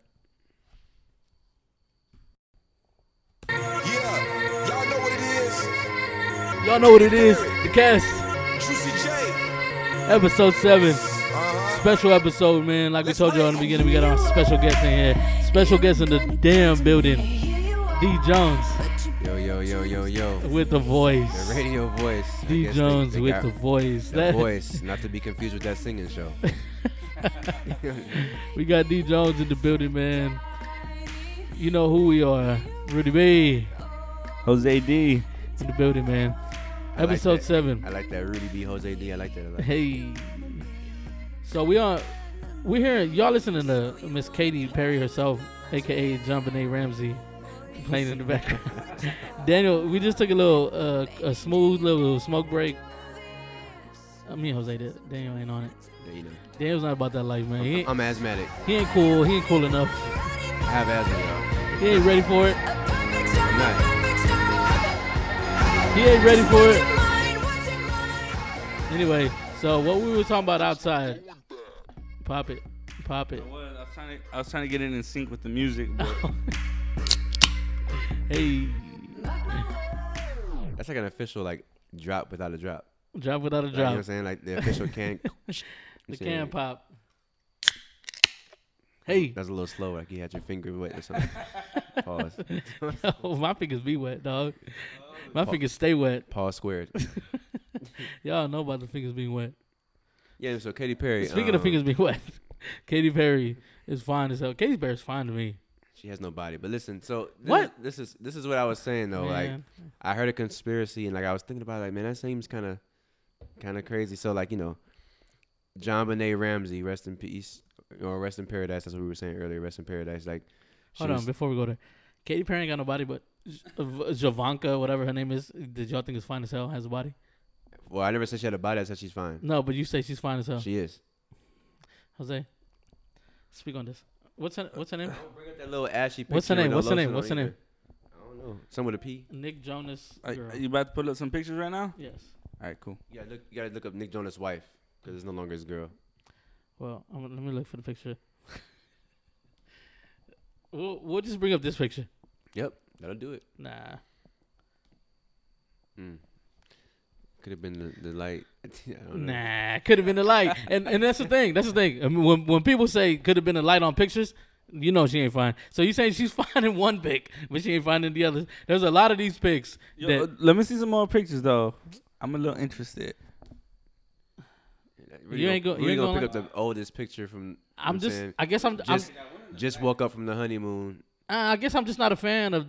Speaker 4: Yeah, y'all know what it is.
Speaker 1: Y'all know what it is. The cast,
Speaker 4: Juicy J.
Speaker 1: episode seven,
Speaker 4: Uh-huh.
Speaker 1: special episode, man. Like we told you all in the beginning, we got our special guest in here. Special guest in the damn building, D Jones
Speaker 3: Yo, yo, yo, yo, yo.
Speaker 1: with the
Speaker 3: The
Speaker 1: voice.
Speaker 3: radio voice. I
Speaker 1: D
Speaker 3: guess they-
Speaker 1: Jones
Speaker 3: they
Speaker 1: with
Speaker 3: got-
Speaker 1: the voice.
Speaker 3: The voice, not to be confused with that singing show.
Speaker 1: We got D Jones in the building, man. You know who we are, Rudy B.
Speaker 2: Jose D.
Speaker 1: in the building, man.
Speaker 3: I like
Speaker 1: Episode
Speaker 3: that.
Speaker 1: seven.
Speaker 3: I like that Rudy B. Jose D. I like that a lot.
Speaker 1: Hey. So we are we hearing y'all listening to Miss Katy Perry herself, aka John Benet Ramsey, playing in the background. Daniel, we just took a little uh, a smooth little smoke break. I mean Jose did. Daniel ain't on it.
Speaker 3: Yeah, you know.
Speaker 1: Daniel's not about that life, man. He ain't,
Speaker 3: I'm asthmatic.
Speaker 1: he ain't cool. He ain't cool enough.
Speaker 3: I have asthma.
Speaker 1: He ain't ready for it.
Speaker 3: I'm not.
Speaker 1: He ain't ready for it. Anyway, so what we were talking about outside. Pop it. Pop it.
Speaker 2: I was, I was trying to, I was trying to get it in sync with the music, but
Speaker 1: Hey,
Speaker 3: That's like an official like drop without a drop.
Speaker 1: drop without a
Speaker 3: Like, You know what
Speaker 1: drop.
Speaker 3: I'm saying? Like the official can.
Speaker 1: the
Speaker 3: You see
Speaker 1: can
Speaker 3: it?
Speaker 1: pop. Hey,
Speaker 3: That's a little slow. Like you had your finger wet or something. Pause.
Speaker 1: yo, oh, my fingers be wet, dog. My fingers stay wet.
Speaker 3: Pause squared.
Speaker 1: Y'all know about the fingers being wet.
Speaker 3: Yeah. So Katy Perry.
Speaker 1: Speaking
Speaker 3: um,
Speaker 1: of fingers being wet, Katy Perry is fine as hell. Katy Perry's fine to me.
Speaker 3: She has no body. But listen, so this
Speaker 1: What?
Speaker 3: is- this is this is what I was saying though. Like
Speaker 1: Man.
Speaker 3: I heard a conspiracy and like I was thinking about it, like man that seems kind of kind of crazy. So like you know, John Bonet Ramsey, rest in peace or rest in paradise. That's what we were saying earlier. Rest in paradise. Like she
Speaker 1: Hold on,
Speaker 3: was-
Speaker 1: before we go there, Katy Perry ain't got no body, but J- uh, Javanka, whatever her name is, did y'all think is fine as hell has a body?
Speaker 3: well, I never said she had a body. I said she's fine.
Speaker 1: No, but you say she's fine as hell.
Speaker 3: She is.
Speaker 1: Jose, speak on this. What's her, what's her name?
Speaker 3: Don't bring up that little ashy.
Speaker 1: What's her
Speaker 3: picture
Speaker 1: name?
Speaker 3: with no
Speaker 1: What's her name?
Speaker 3: lotion on
Speaker 1: What's her name?
Speaker 3: either. I don't know. Someone with a P.
Speaker 1: Nick Jonas.
Speaker 2: are,
Speaker 1: girl.
Speaker 2: are you about to pull up some pictures right now?
Speaker 1: Yes.
Speaker 2: All right, cool.
Speaker 3: Yeah, look. You gotta look up Nick Jonas' wife because it's no longer his girl.
Speaker 1: Well, I'm, gonna- let me look for the picture. we'll, we'll just bring up this picture.
Speaker 3: Yep, that'll do it.
Speaker 1: Nah.
Speaker 3: Mm. Could have been the, the light. I don't know.
Speaker 1: Nah. Could have been the light. and and that's the thing. That's the thing. I mean, when, when people say could have been a light on pictures, you know she ain't fine. So you saying she's fine in one pic, but she ain't fine in the other. There's a lot of these pics
Speaker 2: Yo,
Speaker 1: that
Speaker 2: uh, let me see some more pictures though. I'm a little interested.
Speaker 3: Really
Speaker 1: You ain't go- you
Speaker 3: really
Speaker 1: ain't
Speaker 3: gonna
Speaker 1: gonna
Speaker 3: pick up the oldest picture from. you know what
Speaker 1: I'm just.
Speaker 3: saying?
Speaker 1: I guess I'm.
Speaker 3: just just woke up from the honeymoon.
Speaker 1: I'm uh, I guess I'm just not a fan of.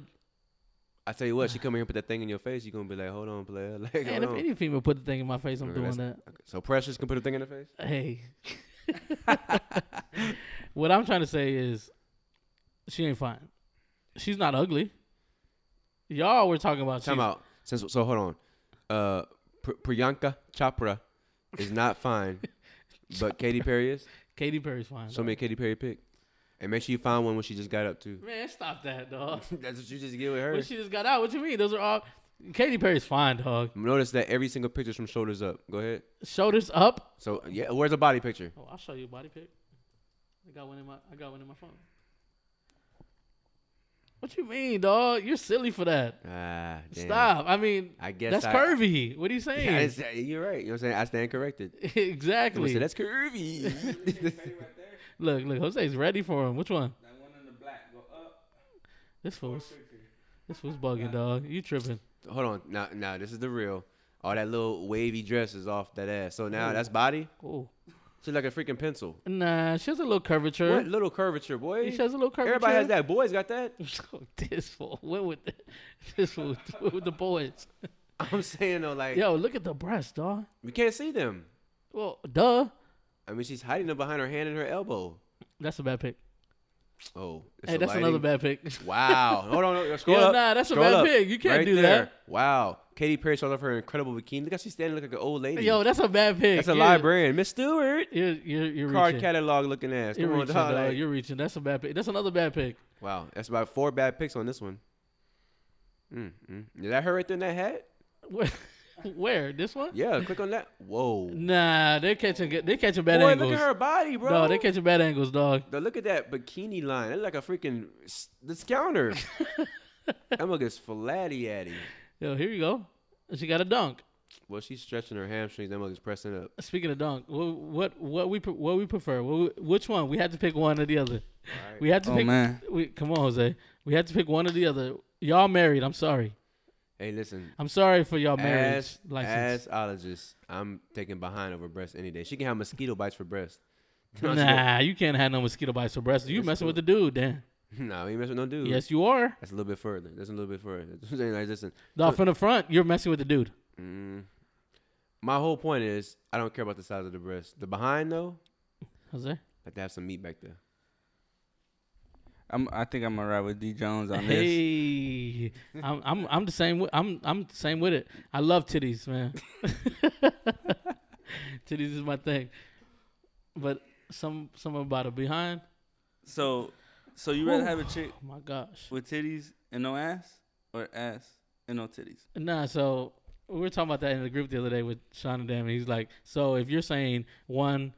Speaker 3: I tell you what, she come here and put that thing in your face. You gonna be like, hold on, player. Like,
Speaker 1: Man,
Speaker 3: hold
Speaker 1: if
Speaker 3: on.
Speaker 1: any female put the thing in my face, I'm
Speaker 3: Okay,
Speaker 1: doing
Speaker 3: that's-
Speaker 1: that.
Speaker 3: so precious can put a thing in the face.
Speaker 1: Hey. what I'm trying to say is she ain't fine. She's not ugly. Y'all were talking about
Speaker 3: Time
Speaker 1: she's-
Speaker 3: out. Since so, hold on. Uh, Pr- Priyanka Chopra is not fine, but Katy Perry is.
Speaker 1: Katy Perry's fine.
Speaker 3: So me a Katy Perry pick, and make sure you find one when she just got up too.
Speaker 1: Man, stop that, dog.
Speaker 3: That's what you just get with her.
Speaker 1: when she just got out, what you mean? Those are all Katy Perry's fine, dog.
Speaker 3: Notice that every single picture's from shoulders up. Go ahead.
Speaker 1: Shoulders up.
Speaker 3: So yeah, where's a body picture?
Speaker 1: Oh, I'll show you a body pic. I got one in my I got one in my phone. What you mean, dog? You're silly for that.
Speaker 3: Ah, damn.
Speaker 1: Stop. I mean,
Speaker 3: I guess
Speaker 1: that's
Speaker 3: I-
Speaker 1: curvy. What are you
Speaker 3: Yeah, I
Speaker 1: saying?
Speaker 3: didn't say- you're right. You know what I'm saying? I stand corrected. I'm gonna
Speaker 1: exactly.
Speaker 3: say, that's curvy.
Speaker 1: look, look. Jose's ready for him. Which one?
Speaker 2: That one in the black go up.
Speaker 1: This fool's this fool's bugging, dog. You tripping?
Speaker 3: Hold on. Now, now this is the real. All that little wavy dress is off that ass. So now that's body.
Speaker 1: Oh,
Speaker 3: She's like a freaking pencil.
Speaker 1: nah. She has a little curvature.
Speaker 3: What little curvature, boy?
Speaker 1: She has a little curvature.
Speaker 3: Everybody has that. Boys got that.
Speaker 1: this fool went with the, this fool went with the boys.
Speaker 3: I'm saying though, like
Speaker 1: Yo, look at the breast, dog.
Speaker 3: we can't see them.
Speaker 1: Well, duh.
Speaker 3: I mean, she's hiding them behind her hand and her elbow.
Speaker 1: That's a bad pick.
Speaker 3: Oh, it's
Speaker 1: Hey,
Speaker 3: the
Speaker 1: that's another
Speaker 3: lighting.
Speaker 1: bad pick.
Speaker 3: Wow. Hold on, no, scroll
Speaker 1: Yo,
Speaker 3: up.
Speaker 1: nah, that's a
Speaker 3: scroll
Speaker 1: bad
Speaker 3: up.
Speaker 1: pick. You can't
Speaker 3: Right
Speaker 1: do
Speaker 3: there.
Speaker 1: that.
Speaker 3: Wow. Katy Perry showed off her incredible bikini. Look how she's standing looking like an old lady.
Speaker 1: Yo, that's a bad pick.
Speaker 3: that's a
Speaker 1: You're-
Speaker 3: librarian, Miss Stewart.
Speaker 1: You're you're, you're
Speaker 3: Card
Speaker 1: reaching.
Speaker 3: catalog looking ass.
Speaker 1: You're
Speaker 3: Come on,
Speaker 1: reaching,
Speaker 3: dog,
Speaker 1: dog.
Speaker 3: like-
Speaker 1: You're reaching. That's a bad pick. That's another bad pick.
Speaker 3: wow, that's about four bad picks on this one. Mm, mm. Is that her right there in that hat?
Speaker 1: Where, where? this one?
Speaker 3: Yeah, click on that. Whoa.
Speaker 1: Nah, they're catching good- they're catching bad
Speaker 3: Boy,
Speaker 1: angles.
Speaker 3: look at her body, bro.
Speaker 1: No, they're catching bad angles, dog.
Speaker 3: Though, look at that bikini line. That's like a freaking s- discounter. that mug is flatty addy.
Speaker 1: Yo, here you go. She got a dunk.
Speaker 3: Well, she's stretching her hamstrings. That mug is pressing up.
Speaker 1: Speaking of dunk, what what what we pre- what we prefer? What we, which one? We had to pick one or the other.
Speaker 3: right.
Speaker 1: We had to
Speaker 2: Oh,
Speaker 1: pick.
Speaker 2: man.
Speaker 1: We, come on, Jose. We had to pick one or the other. Y'all married. I'm sorry.
Speaker 3: Hey, listen.
Speaker 1: I'm sorry for y'all marriage
Speaker 3: As
Speaker 1: license.
Speaker 3: assologist, I'm taking behind over breast any day. She can have mosquito bites for breast.
Speaker 1: Nah, you can't have no mosquito bites for breast. You messing with the dude, then?
Speaker 3: nah, we ain't messing with no dude.
Speaker 1: Yes, you are.
Speaker 3: That's a little bit further. That's a little bit further. That's what I'm saying. Like, listen,
Speaker 1: No, from the front, you're messing with the dude.
Speaker 3: Mm. my whole point is I don't care about the size of the breast. The behind though,
Speaker 1: Jose.
Speaker 3: I have to have some meat back there.
Speaker 2: I'm, I think I'm gonna ride with D Jones on this.
Speaker 1: Hey, I'm I'm I'm the same. With, I'm I'm the same with it. I love titties, man. titties is my thing, but some some about it behind.
Speaker 2: So, so you rather have a chick
Speaker 1: Oh my gosh.
Speaker 2: with titties and no ass, or ass and no titties?
Speaker 1: Nah, so we were talking about that in the group the other day with Sean and Dan. And he's like, so if you're saying one,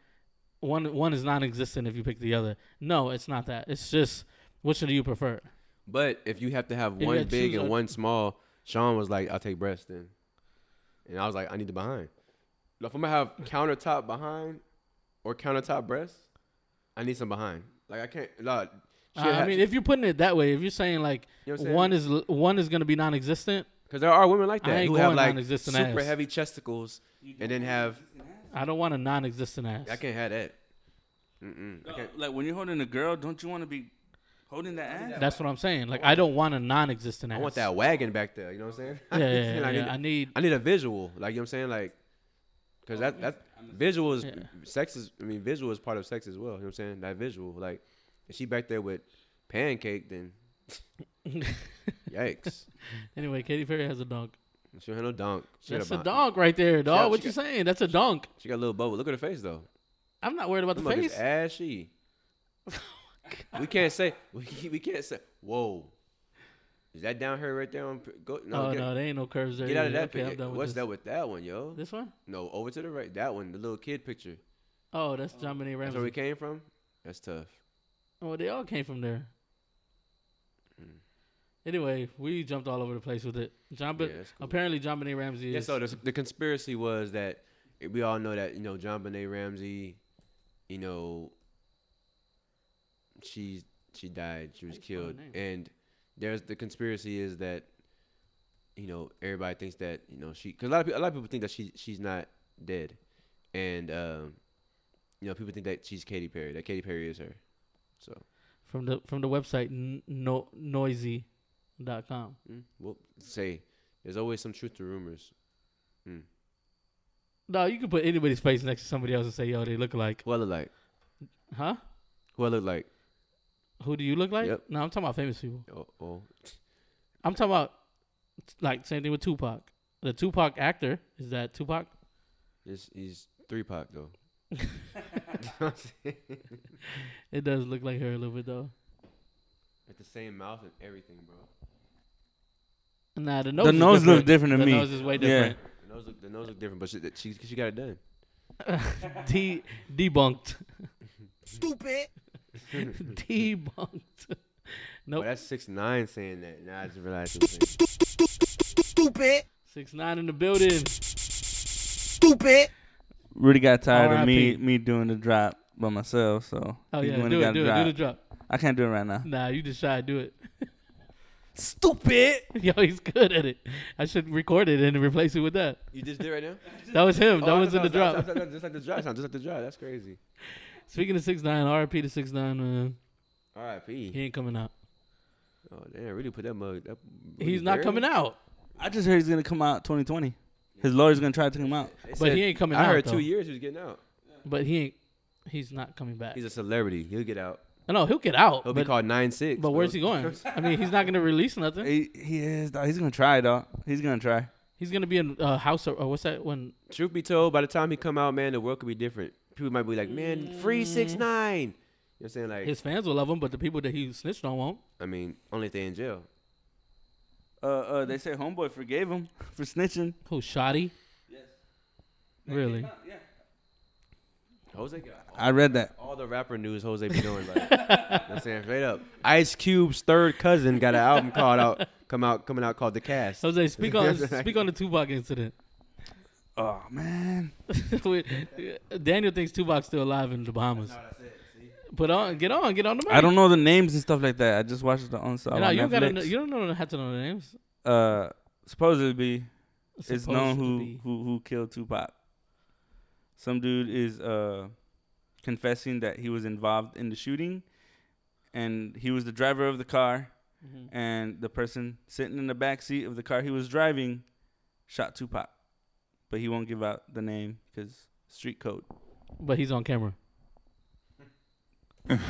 Speaker 1: one, one is non-existent if you pick the other, no, it's not that. It's just which do you prefer?
Speaker 3: But if you have to have
Speaker 1: you
Speaker 3: one
Speaker 1: gotta
Speaker 3: big
Speaker 1: choose
Speaker 3: and
Speaker 1: a-
Speaker 3: one small, Sean was like, I'll take breast then. And I was like, I need the behind. If I'm gonna have countertop behind or countertop breast, I need some behind. Like I can't nah, she
Speaker 1: Uh, I
Speaker 3: had-
Speaker 1: mean, if you're putting it that way, if you're saying like
Speaker 3: You know what I'm saying?
Speaker 1: one is l- one is gonna be non-existent,
Speaker 3: Cause there are women like
Speaker 1: I
Speaker 3: that
Speaker 1: ain't
Speaker 3: who have
Speaker 1: going
Speaker 3: like
Speaker 1: non-existent
Speaker 3: super
Speaker 1: ass.
Speaker 3: heavy chesticles and then have
Speaker 1: I don't want a non-existent ass.
Speaker 3: I can't have that. Mm-mm. I
Speaker 2: No,
Speaker 3: can't.
Speaker 2: Like when you're holding a girl, don't you want to be holding the ass?
Speaker 1: That's what I'm saying. Like I don't want a non-existent ass.
Speaker 3: Oh, I want that wagon back there. You know what I'm saying?
Speaker 1: Yeah, yeah, yeah,
Speaker 3: I,
Speaker 1: yeah.
Speaker 3: need,
Speaker 1: I need-
Speaker 3: I need a visual. Like you know what I'm saying? Like, cause that that visual is
Speaker 1: Yeah.
Speaker 3: sex is. I mean, visual is part of sex as well. You know what I'm saying? That visual. Like, if she back there with pancake, then yikes.
Speaker 1: Anyway, Katy Perry has a dunk.
Speaker 3: she don't have no dunk. She
Speaker 1: That's a
Speaker 3: got
Speaker 1: dunk right there, dog.
Speaker 3: she
Speaker 1: what you
Speaker 3: got-
Speaker 1: saying? That's a dunk.
Speaker 3: She got a little bubble. Look at her face though.
Speaker 1: I'm not worried about the
Speaker 3: Look is
Speaker 1: face. Oh
Speaker 3: ashy. we can't say. We, we can't say. Whoa. Is that down here right there? On pr- go. No,
Speaker 1: oh
Speaker 3: get,
Speaker 1: no, there ain't no curves there.
Speaker 3: get out of
Speaker 1: either.
Speaker 3: that.
Speaker 1: Okay, I'm
Speaker 3: picture.
Speaker 1: done with
Speaker 3: What's
Speaker 1: this.
Speaker 3: that with that one, yo?
Speaker 1: This one?
Speaker 3: No, over to the right. That one, the little kid picture.
Speaker 1: Oh, that's John Benet
Speaker 3: Uh, That's where we
Speaker 1: Ramsey.
Speaker 3: came from. That's tough.
Speaker 1: Oh, they all came from there.
Speaker 3: Hmm.
Speaker 1: Anyway, we jumped all over the place with it. John, ben-
Speaker 3: Yeah, that's cool.
Speaker 1: apparently John Benet Ramsey is.
Speaker 3: Yeah. So the, the conspiracy was that we all know that you know John Benet Ramsey, you know, she she died. She was
Speaker 1: How you spell her
Speaker 3: killed.
Speaker 1: name?
Speaker 3: And there's the conspiracy is that you know everybody thinks that you know she because a lot of people, a lot of people think that she she's not dead, and um, you know people think that she's Katy Perry. That Katy Perry is her. So
Speaker 1: from the from the website n- no, noisy.com.
Speaker 3: mm, we'll say there's always some truth to rumors.
Speaker 1: No, you can put anybody's face next to somebody else and say, "Yo, they look like."
Speaker 3: Who I look like?
Speaker 1: Huh?
Speaker 3: Who I look like?
Speaker 1: Who do you look like?
Speaker 3: Yep.
Speaker 1: No, I'm talking about famous people.
Speaker 3: Oh, oh.
Speaker 1: I'm talking about like same thing with Tupac. The Tupac actor is that Tupac?
Speaker 3: This he's three pack though.
Speaker 1: It does look like her a little bit though.
Speaker 3: At the same mouth and everything, bro.
Speaker 1: Nah, the nose.
Speaker 2: The
Speaker 1: is
Speaker 2: nose
Speaker 1: different.
Speaker 2: look different to
Speaker 1: the
Speaker 2: me.
Speaker 1: nose is way
Speaker 2: Yeah.
Speaker 1: different.
Speaker 3: The nose look, the nose look different, but she, that- she she got it done.
Speaker 1: De- debunked.
Speaker 4: Stupid.
Speaker 1: debunked. Nope.
Speaker 3: But that's six nine saying that. Now I just realized. what I'm saying.
Speaker 4: Stupid.
Speaker 1: Six nine in the building.
Speaker 4: Stupid.
Speaker 2: Rudy got
Speaker 1: Oh,
Speaker 2: tired of me
Speaker 1: R.I.P..
Speaker 2: me doing the drop by myself, so
Speaker 1: Oh
Speaker 2: he
Speaker 1: yeah,
Speaker 2: went and
Speaker 1: do
Speaker 2: got
Speaker 1: it,
Speaker 2: a
Speaker 1: do it, do the drop.
Speaker 2: I can't do it right now.
Speaker 1: Nah, you just try to do it.
Speaker 4: Stupid.
Speaker 1: Yo, he's good at it. I should record it and replace it with that.
Speaker 3: You just did right now.
Speaker 1: That was him. That
Speaker 3: Oh, I
Speaker 1: was in
Speaker 3: thought-
Speaker 1: the
Speaker 3: I thought-
Speaker 1: drop.
Speaker 3: I thought- Just like the drop sound. Just like the drop. That's crazy.
Speaker 1: Speaking of six nine, RP to six nine, man. He
Speaker 3: R.I.P.
Speaker 1: ain't coming out.
Speaker 3: Oh damn, really put that mug. That,
Speaker 1: He's not coming out.
Speaker 2: I just heard he's gonna come out 2020. His lawyer's gonna try to come out.
Speaker 1: But he ain't coming
Speaker 3: I
Speaker 1: out,
Speaker 3: heard
Speaker 1: though.
Speaker 3: two years he was getting out.
Speaker 1: But he ain't. He's not coming back.
Speaker 3: He's a celebrity. He'll get out.
Speaker 1: no, he'll get out.
Speaker 3: He'll
Speaker 1: but,
Speaker 3: be called nine six.
Speaker 1: but where's he going? I mean, he's not gonna release nothing.
Speaker 2: He, he is. Dog. He's gonna try, dog. He's gonna try.
Speaker 1: He's gonna be in uh, house or, or what's that when
Speaker 3: Truth be told, by the time he come out, man, the world could be different. People might be like, man,
Speaker 1: Mm.
Speaker 3: free six nine. You know what I'm saying? Like,
Speaker 1: his fans will love him, but the people that he snitched on won't.
Speaker 3: I mean, only if they in jail.
Speaker 2: Uh, uh, they say homeboy forgave him for snitching.
Speaker 1: Who shoddy?
Speaker 2: Yes.
Speaker 1: Really?
Speaker 2: Yeah.
Speaker 3: Jose got all,
Speaker 2: I read that.
Speaker 3: all the rapper news Jose be doing. Like, you know what I'm saying straight up. Ice Cube's third cousin got an album called out, come out, coming out called The Cast.
Speaker 1: Jose, speak on speak on the Tupac incident.
Speaker 2: Oh man.
Speaker 1: We- Daniel thinks Tupac's still alive in the Bahamas. Put on, get on, get on the mic.
Speaker 2: I don't know the names and stuff like that. I just watched the unsolved.
Speaker 1: No,
Speaker 2: on
Speaker 1: you don't gotta.
Speaker 2: Netflix.
Speaker 1: Know, you don't know how to know the names.
Speaker 2: uh, supposedly it's known
Speaker 1: Supposed to
Speaker 2: who,
Speaker 1: be.
Speaker 2: who who killed Tupac. Some dude is uh, confessing that he was involved in the shooting, and he was the driver of the car,
Speaker 1: Mm-hmm.
Speaker 2: and the person sitting in the back seat of the car he was driving shot Tupac, but he won't give out the name because street code.
Speaker 1: but he's on camera. but,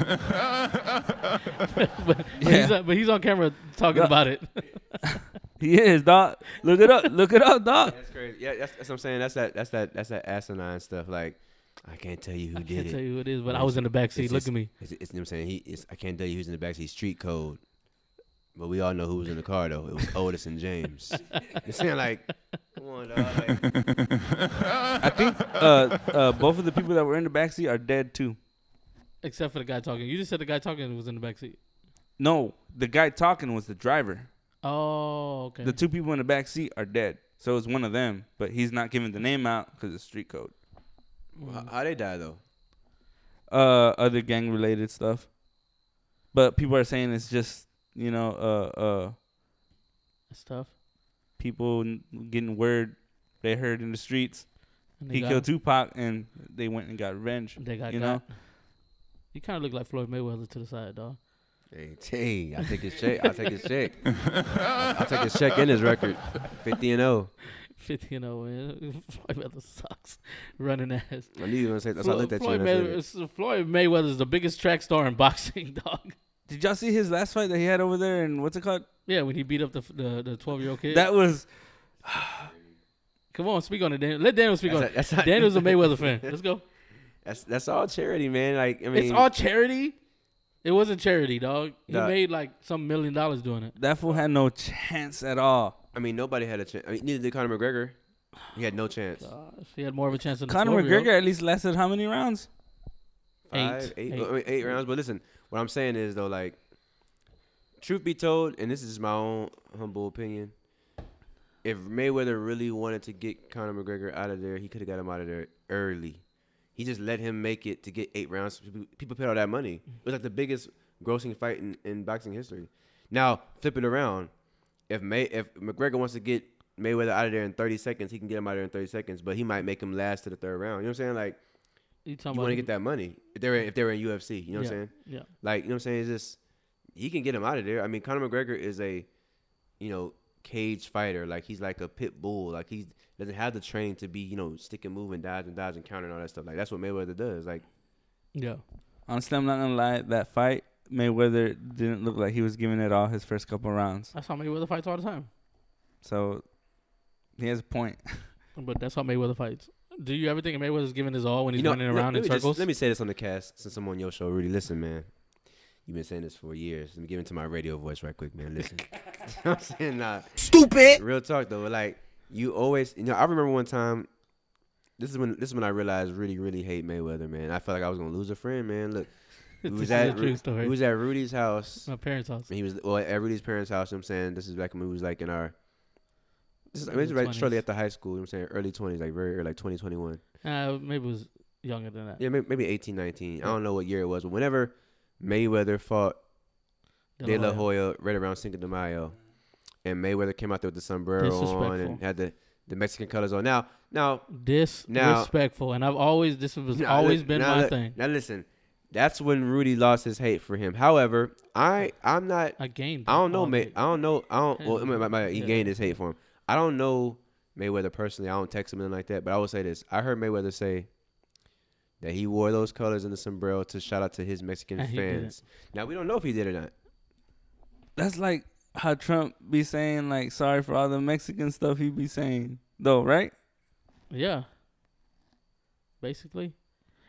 Speaker 1: but he's
Speaker 2: Yeah.
Speaker 1: on, but he's on camera talking
Speaker 2: Yeah.
Speaker 1: about it.
Speaker 2: He is dog. Look it up. Look it up, dog.
Speaker 3: That's crazy. Yeah, that's, that's what I'm saying. That's that. That's that. That's that asinine stuff. Like, I can't tell you who
Speaker 1: I
Speaker 3: did
Speaker 1: can't
Speaker 3: it.
Speaker 1: tell you who it is, but I
Speaker 3: It's-
Speaker 1: was in the back seat.
Speaker 3: it's
Speaker 1: Look
Speaker 3: just-
Speaker 1: at me.
Speaker 3: It's, it's, you know what I'm saying. He. It's, I can't tell you who's in the backseat. Street code. But we all know who was in the car though. It was Otis and James. It's saying like, come on, dog. Like,
Speaker 2: I think uh, uh, both of the people that were in the back seat are dead too.
Speaker 1: Except for the guy talking. You just said the guy talking was in the back seat.
Speaker 2: No, the guy talking was the driver.
Speaker 1: Oh, okay.
Speaker 2: The two people in the back seat are dead. So it's one of them, but he's not giving the name out because it's street code.
Speaker 1: Mm.
Speaker 3: how, how they die though?
Speaker 2: Uh, other gang related stuff. But people are saying it's just you know uh uh
Speaker 1: That's tough.
Speaker 2: people n- getting word they heard in the streets
Speaker 1: And
Speaker 2: he
Speaker 1: got
Speaker 2: killed
Speaker 1: him.
Speaker 2: Tupac and they went and got revenge.
Speaker 1: They got
Speaker 2: you
Speaker 1: got.
Speaker 2: know?
Speaker 1: You kind of look like Floyd Mayweather to the side, dog.
Speaker 3: Hey, hey, I take his check. I take his check. I, will take his check in his record. Fifty and oh. zero.
Speaker 1: 50 and 0, man. Floyd Mayweather sucks. Running ass.
Speaker 3: I knew you were gonna say. That's why I
Speaker 1: Flo-
Speaker 3: looked at you.
Speaker 1: Floyd,
Speaker 3: and I said
Speaker 1: Mayweather,
Speaker 3: it.
Speaker 1: Floyd Mayweather is the biggest track star in boxing, dog.
Speaker 2: Did y'all see his last fight that he had over there and what's it called?
Speaker 1: Yeah, when he beat up the the, the 12 year old kid.
Speaker 2: That was
Speaker 1: Come on, speak on it, Daniel. Let Daniel speak
Speaker 3: That's
Speaker 1: on
Speaker 3: not-
Speaker 1: it.
Speaker 3: that's not-
Speaker 1: Daniel's a Mayweather fan. Let's go.
Speaker 3: That's that's all charity, man. Like I mean,
Speaker 1: it's all charity. It wasn't charity, dog. He
Speaker 3: Nah.
Speaker 1: made like some million dollars doing it.
Speaker 2: that fool had no chance at all.
Speaker 3: I mean, nobody had a chance. I mean, neither did Conor McGregor. He had no chance.
Speaker 1: Gosh, Uh, he had more of a chance than the
Speaker 2: Conor
Speaker 1: 12-year-old.
Speaker 2: McGregor at least lasted how many rounds?
Speaker 1: Eight.
Speaker 3: Five, eight, I mean, eight rounds. But listen, what I'm saying is though, like, truth be told, and this is my own humble opinion, if Mayweather really wanted to get Conor McGregor out of there, he could have got him out of there early. He just let him make it to get eight rounds. People- People paid all that money. It was like the biggest grossing fight in, in boxing history. Now flip it around. If May if McGregor wants to get Mayweather out of there in 30 seconds, he can get him out of there in 30 seconds. But he might make him last to the third round. You know what I'm saying? Like
Speaker 1: You talking
Speaker 3: you
Speaker 1: about
Speaker 3: want to get that money if they were if they were in UFC. You know what
Speaker 1: yeah,
Speaker 3: I'm saying?
Speaker 1: Yeah.
Speaker 3: Like you know what I'm saying? It's just he can get him out of there. I mean, Conor McGregor is a you know cage fighter. Like he's like a pit bull. Like he doesn't have the training to be you know stick and move and dodge and dodge and counter and all that stuff. Like that's what Mayweather does. Like
Speaker 1: Yeah.
Speaker 2: Honestly, I'm not gonna lie. That fight, Mayweather didn't look like he was giving it all his first couple rounds.
Speaker 1: That's how Mayweather fights all the time.
Speaker 2: So he has a point.
Speaker 1: But that's how Mayweather fights. Do you ever think Mayweather's giving his all when he's
Speaker 3: you know,
Speaker 1: running
Speaker 3: let-
Speaker 1: around
Speaker 3: let
Speaker 1: in
Speaker 3: me just-
Speaker 1: circles?
Speaker 3: let me say this on the cast since I'm on your show, Rudy. Listen, man. You've been saying this for years. Let me give it to my radio voice right quick, man. Listen. You know what I'm saying? Nah.
Speaker 4: Stupid.
Speaker 3: Real talk though, like you always, you know, I remember one time. This is when this is when I realized really, really hate Mayweather, man. I felt like I was gonna lose a friend, man. Look, We
Speaker 1: This
Speaker 3: was
Speaker 1: is
Speaker 3: at
Speaker 1: a true
Speaker 3: Ru-
Speaker 1: story.
Speaker 3: we was at Rudy's house.
Speaker 1: My parents' house.
Speaker 3: He was well at Rudy's parents' house. You know what I'm saying this is back when we was like in our. This is, I mean,
Speaker 1: In
Speaker 3: this
Speaker 1: the
Speaker 3: is right shortly
Speaker 1: 20s.
Speaker 3: after high school. You know what I'm saying early 20s, like very early, like 2021.
Speaker 1: Uh, maybe it was younger than that.
Speaker 3: Yeah, maybe, maybe 18, 19. I don't know what year it was, but whenever Mayweather fought De La Hoya right around Cinco de Mayo, and Mayweather came out there with the sombrero on and
Speaker 1: Disrespectful.
Speaker 3: had the, the Mexican colors on. Now, now, Now-
Speaker 1: Disrespectful, and I've always this was
Speaker 3: now
Speaker 1: always
Speaker 3: li-
Speaker 1: been
Speaker 3: now
Speaker 1: my
Speaker 3: li-
Speaker 1: thing.
Speaker 3: Now listen, that's when Rudy lost his hate for him. However, I I'm not
Speaker 1: I gained.
Speaker 3: I don't know,
Speaker 1: all of
Speaker 3: mate.
Speaker 1: it.
Speaker 3: I don't know. I don't. Well,
Speaker 1: Yeah.
Speaker 3: my, my, my, he
Speaker 1: Yeah.
Speaker 3: gained his hate for him. I don't know Mayweather personally. I don't text him anything like that. But I will say this: I heard Mayweather say that he wore those colors in the sombrero to shout out to his Mexican
Speaker 1: And he didn't.
Speaker 3: fans. Now we don't know if he did or not.
Speaker 2: That's like how Trump be saying like sorry for all the Mexican stuff he be saying though, right?
Speaker 1: Yeah. Basically,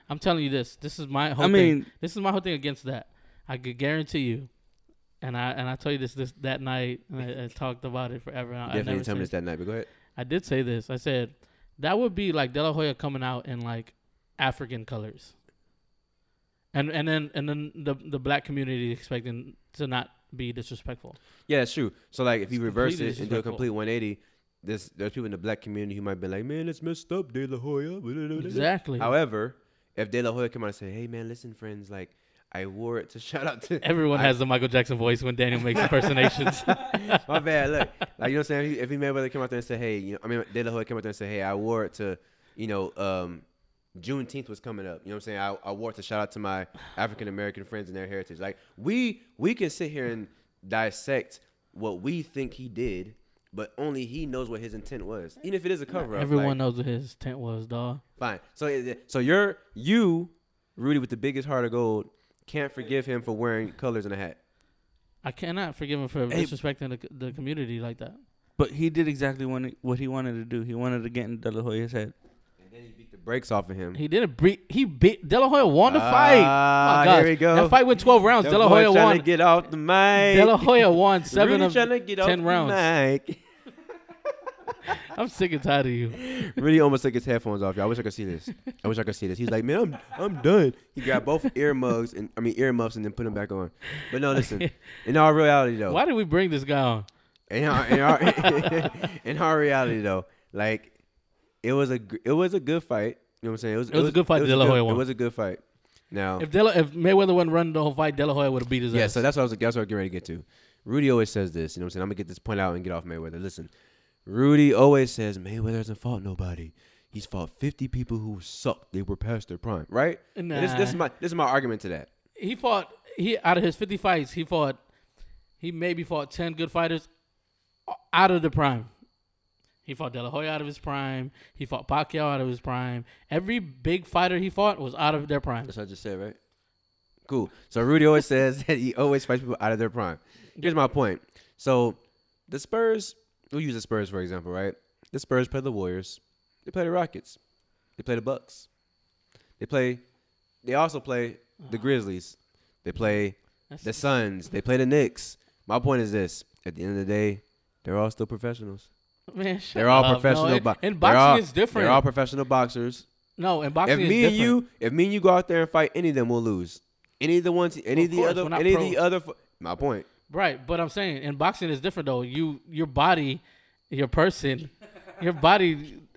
Speaker 1: I'm telling you this. This is my whole.
Speaker 2: I
Speaker 1: thing.
Speaker 2: mean,
Speaker 1: this is my whole thing against that. I could guarantee you, and I and I tell you this this that night. And I, I talked about it forever. and I, I
Speaker 3: He definitely
Speaker 1: never
Speaker 3: told me
Speaker 1: said-
Speaker 3: this that night. But go ahead.
Speaker 1: I did say this. I said that would be like De La Hoya coming out in like African colors, and and then and then the the black community expecting to not be disrespectful.
Speaker 3: Yeah, that's true. So like, if
Speaker 1: It's
Speaker 3: you reverse
Speaker 1: completely
Speaker 3: it and do a
Speaker 1: disrespectful.
Speaker 3: complete 180, there's there's people in the black community who might be like, "Man, that's messed up, De La Hoya."
Speaker 1: Exactly.
Speaker 3: However, if De La Hoya come out and say, "Hey, man, listen, friends, like." I wore it to shout out to
Speaker 1: Everyone
Speaker 3: I-
Speaker 1: has the Michael Jackson voice when Daniel makes impersonations.
Speaker 3: My bad. Look, like you know what I'm saying. If he- If he Mayweather came out there and said, "Hey," you know, I mean, De La Hoya came out there and said, "Hey, I wore it to, you know, um, Juneteenth was coming up. You know what I'm saying. I, I wore it to shout out to my African American friends and their heritage. Like we we can sit here and dissect what we think he did, but only he knows what his intent was. Even if it is a cover up.
Speaker 1: Everyone knows what his tent was, dog.
Speaker 3: Fine. So is it- so you're you, Rudy, with the biggest heart of gold, can't forgive him for wearing colors in a hat.
Speaker 1: I cannot forgive him for
Speaker 2: Hey.
Speaker 1: disrespecting the, the community like that.
Speaker 2: but he did exactly what he- what he wanted to do. He wanted to get in De La Hoya's head.
Speaker 3: And then he beat the brakes off of him.
Speaker 1: He didn't beat. He beat. De La Hoya won the fight.
Speaker 3: Ah,
Speaker 1: My gosh.
Speaker 3: here we go.
Speaker 1: That fight went twelve rounds.
Speaker 3: That
Speaker 1: De La
Speaker 3: boy
Speaker 1: Hoya
Speaker 3: tryna
Speaker 1: won.
Speaker 3: get off the mic.
Speaker 1: De La Hoya won seven
Speaker 3: Rudy
Speaker 1: of
Speaker 3: tryna get
Speaker 1: ten
Speaker 3: off
Speaker 1: rounds.
Speaker 3: The
Speaker 1: I'm sick and tired of you.
Speaker 3: mic. Rudy almost took his headphones off. Y'all. I wish I could see this. I wish I could see this. He's like, man, I'm I'm done. He grabbed both earmugs and I mean earmuffs and then put them back on. But no, listen. In all reality though,
Speaker 1: Why did we bring this guy on?
Speaker 3: in our in our, in our reality though, like it was a gr- it was a good fight. You know what I'm saying? It was
Speaker 1: It was a good fight
Speaker 3: It was,
Speaker 1: De La
Speaker 3: a,
Speaker 1: Hoya
Speaker 3: good,
Speaker 1: won.
Speaker 3: it was a good fight. Now,
Speaker 1: If De La, if Mayweather wasn't running the whole fight, De La Hoya would have beat his
Speaker 3: Yeah,
Speaker 1: ass.
Speaker 3: so that's what I was that's what I was getting ready to get to. Rudy always says this, you know what I'm saying? I'm gonna get this point out and get off Mayweather. Listen, Rudy always says Mayweather hasn't fought nobody. He's fought 50 people who sucked. They were past their prime, right? And This, this is
Speaker 1: Nah.
Speaker 3: my this is my argument to that.
Speaker 1: he fought. He out of his 50 fights, he fought. He maybe fought 10 good fighters out of the prime. He fought De La Hoya out of his prime. He fought Pacquiao out of his prime. Every big fighter he fought was out of their prime.
Speaker 3: That's what I just said, right? Cool. So Rudy always says that he always fights people out of their prime. Here's my point. So the Spurs, we'll use the Spurs for example, right? The Spurs play the Warriors. They play the Rockets. They play the Bucks. They play. They also play the Grizzlies. They play
Speaker 1: That's-
Speaker 3: the Suns. They play the Knicks. My point is this: at the end of the day, they're all still professionals.
Speaker 1: Man, shut
Speaker 3: They're all
Speaker 1: up. No,
Speaker 3: professional.
Speaker 1: in-
Speaker 3: bo-
Speaker 1: in
Speaker 3: they're
Speaker 1: boxing
Speaker 3: all-
Speaker 1: is different.
Speaker 3: They're all professional boxers
Speaker 1: no, in boxing
Speaker 3: if
Speaker 1: is
Speaker 3: me
Speaker 1: different.
Speaker 3: and you, if me and you go out there and fight any of them, we'll lose. Any of the ones, any
Speaker 1: Of
Speaker 3: of the
Speaker 1: course,
Speaker 3: other,
Speaker 1: we're not
Speaker 3: any of
Speaker 1: pros.
Speaker 3: the other. fo- My point.
Speaker 1: Right, but I'm saying in boxing it's different though. You your body, your person, your body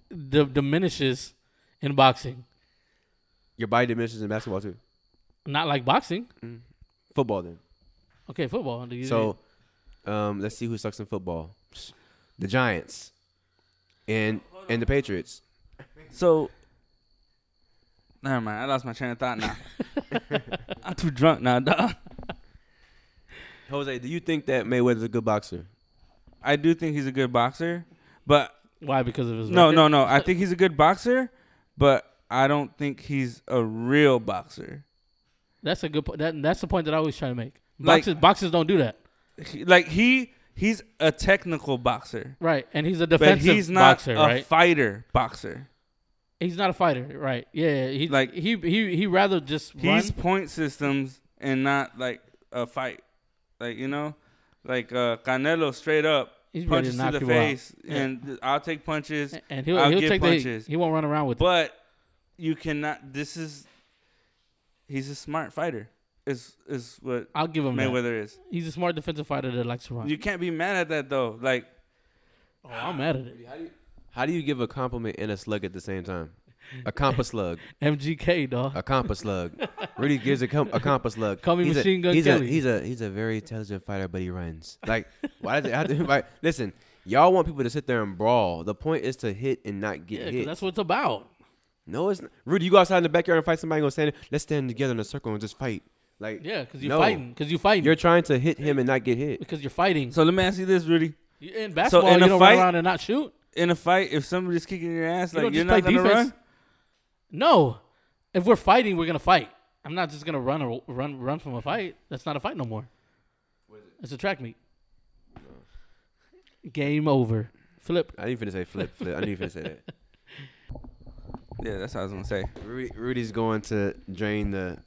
Speaker 1: d- diminishes in boxing.
Speaker 3: Your body diminishes in basketball too.
Speaker 1: Not like boxing.
Speaker 3: Football then.
Speaker 1: Okay, football. Do you-
Speaker 3: So, um, let's see who sucks in football. The Giants, and and the Patriots.
Speaker 2: So, never mind. I lost my train of thought now. I'm too drunk now, dog.
Speaker 3: Jose, do you think that Mayweather's a good boxer?
Speaker 2: I do think he's a good boxer, but
Speaker 1: why? Because of his
Speaker 2: no,
Speaker 1: record?
Speaker 2: no, no. I think he's a good boxer, but I don't think he's a real boxer.
Speaker 1: That's a good point. That, that's the point that I always try to make.
Speaker 2: Like-
Speaker 1: Boxers, boxers don't do that.
Speaker 2: He- like he, he's a technical boxer,
Speaker 1: Right, and he's a
Speaker 2: but
Speaker 1: defensive
Speaker 2: he's not
Speaker 1: boxer.
Speaker 2: a
Speaker 1: right,
Speaker 2: fighter boxer.
Speaker 1: he's not a fighter. Right, yeah. He
Speaker 2: Like-
Speaker 1: like he he he rather just run.
Speaker 2: He's point systems and not like a fight. Like you know, like uh, Canelo straight up
Speaker 1: He's ready to
Speaker 2: punches to
Speaker 1: knock
Speaker 2: the
Speaker 1: people out.
Speaker 2: face,
Speaker 1: Yeah.
Speaker 2: and I'll take punches.
Speaker 1: and he'll
Speaker 2: I'll
Speaker 1: he'll
Speaker 2: get
Speaker 1: take
Speaker 2: punches.
Speaker 1: the he won't run around with it.
Speaker 2: But you cannot. This is. He's a smart fighter. is is what
Speaker 1: I'll give him that.
Speaker 2: Mayweather is.
Speaker 1: He's a smart defensive fighter that likes to run.
Speaker 2: You can't be mad at that though. Like
Speaker 1: oh, I'm mad at it.
Speaker 3: How do you give a compliment and a slug at the same time? A compass slug.
Speaker 1: MGK, dog.
Speaker 3: A compass slug. Really gives a, com- a compass slug.
Speaker 1: Call me
Speaker 3: he's
Speaker 1: Machine
Speaker 3: a,
Speaker 1: Gun
Speaker 3: he's
Speaker 1: Kelly.
Speaker 3: A, he's a he's a very intelligent fighter, but he runs. Like why does it have to? Like, listen, y'all want people to sit there and brawl. The point is to hit and not
Speaker 1: Yeah,
Speaker 3: get
Speaker 1: 'cause
Speaker 3: hit.
Speaker 1: that's what it's about.
Speaker 3: no, it's not. Rudy. You go outside in the backyard and fight somebody. Gonna stand. Let's stand together in a circle and just fight. Like
Speaker 1: Yeah, because you're
Speaker 3: no.
Speaker 1: fighting. Because you're fighting.
Speaker 3: You're trying to hit him and not get hit.
Speaker 1: because you're fighting.
Speaker 2: so, let me ask you this, Rudy:
Speaker 1: You- in basketball,
Speaker 2: in
Speaker 1: you
Speaker 2: a
Speaker 1: don't
Speaker 2: fight-
Speaker 1: run around and not shoot.
Speaker 2: In a fight, if somebody's kicking your ass,
Speaker 1: You
Speaker 2: like
Speaker 1: don't
Speaker 2: you're
Speaker 1: just
Speaker 2: not
Speaker 1: play
Speaker 2: gonna
Speaker 1: defense.
Speaker 2: run.
Speaker 1: No, if we're fighting, we're gonna fight. I'm not just gonna run or run run from a fight. That's not a fight no more. It's a track meet. Game over. Flip.
Speaker 3: I didn't even say flip, flip. I didn't even say that.
Speaker 2: Yeah, that's what I was gonna say.
Speaker 3: Rudy, Rudy's going to drain the.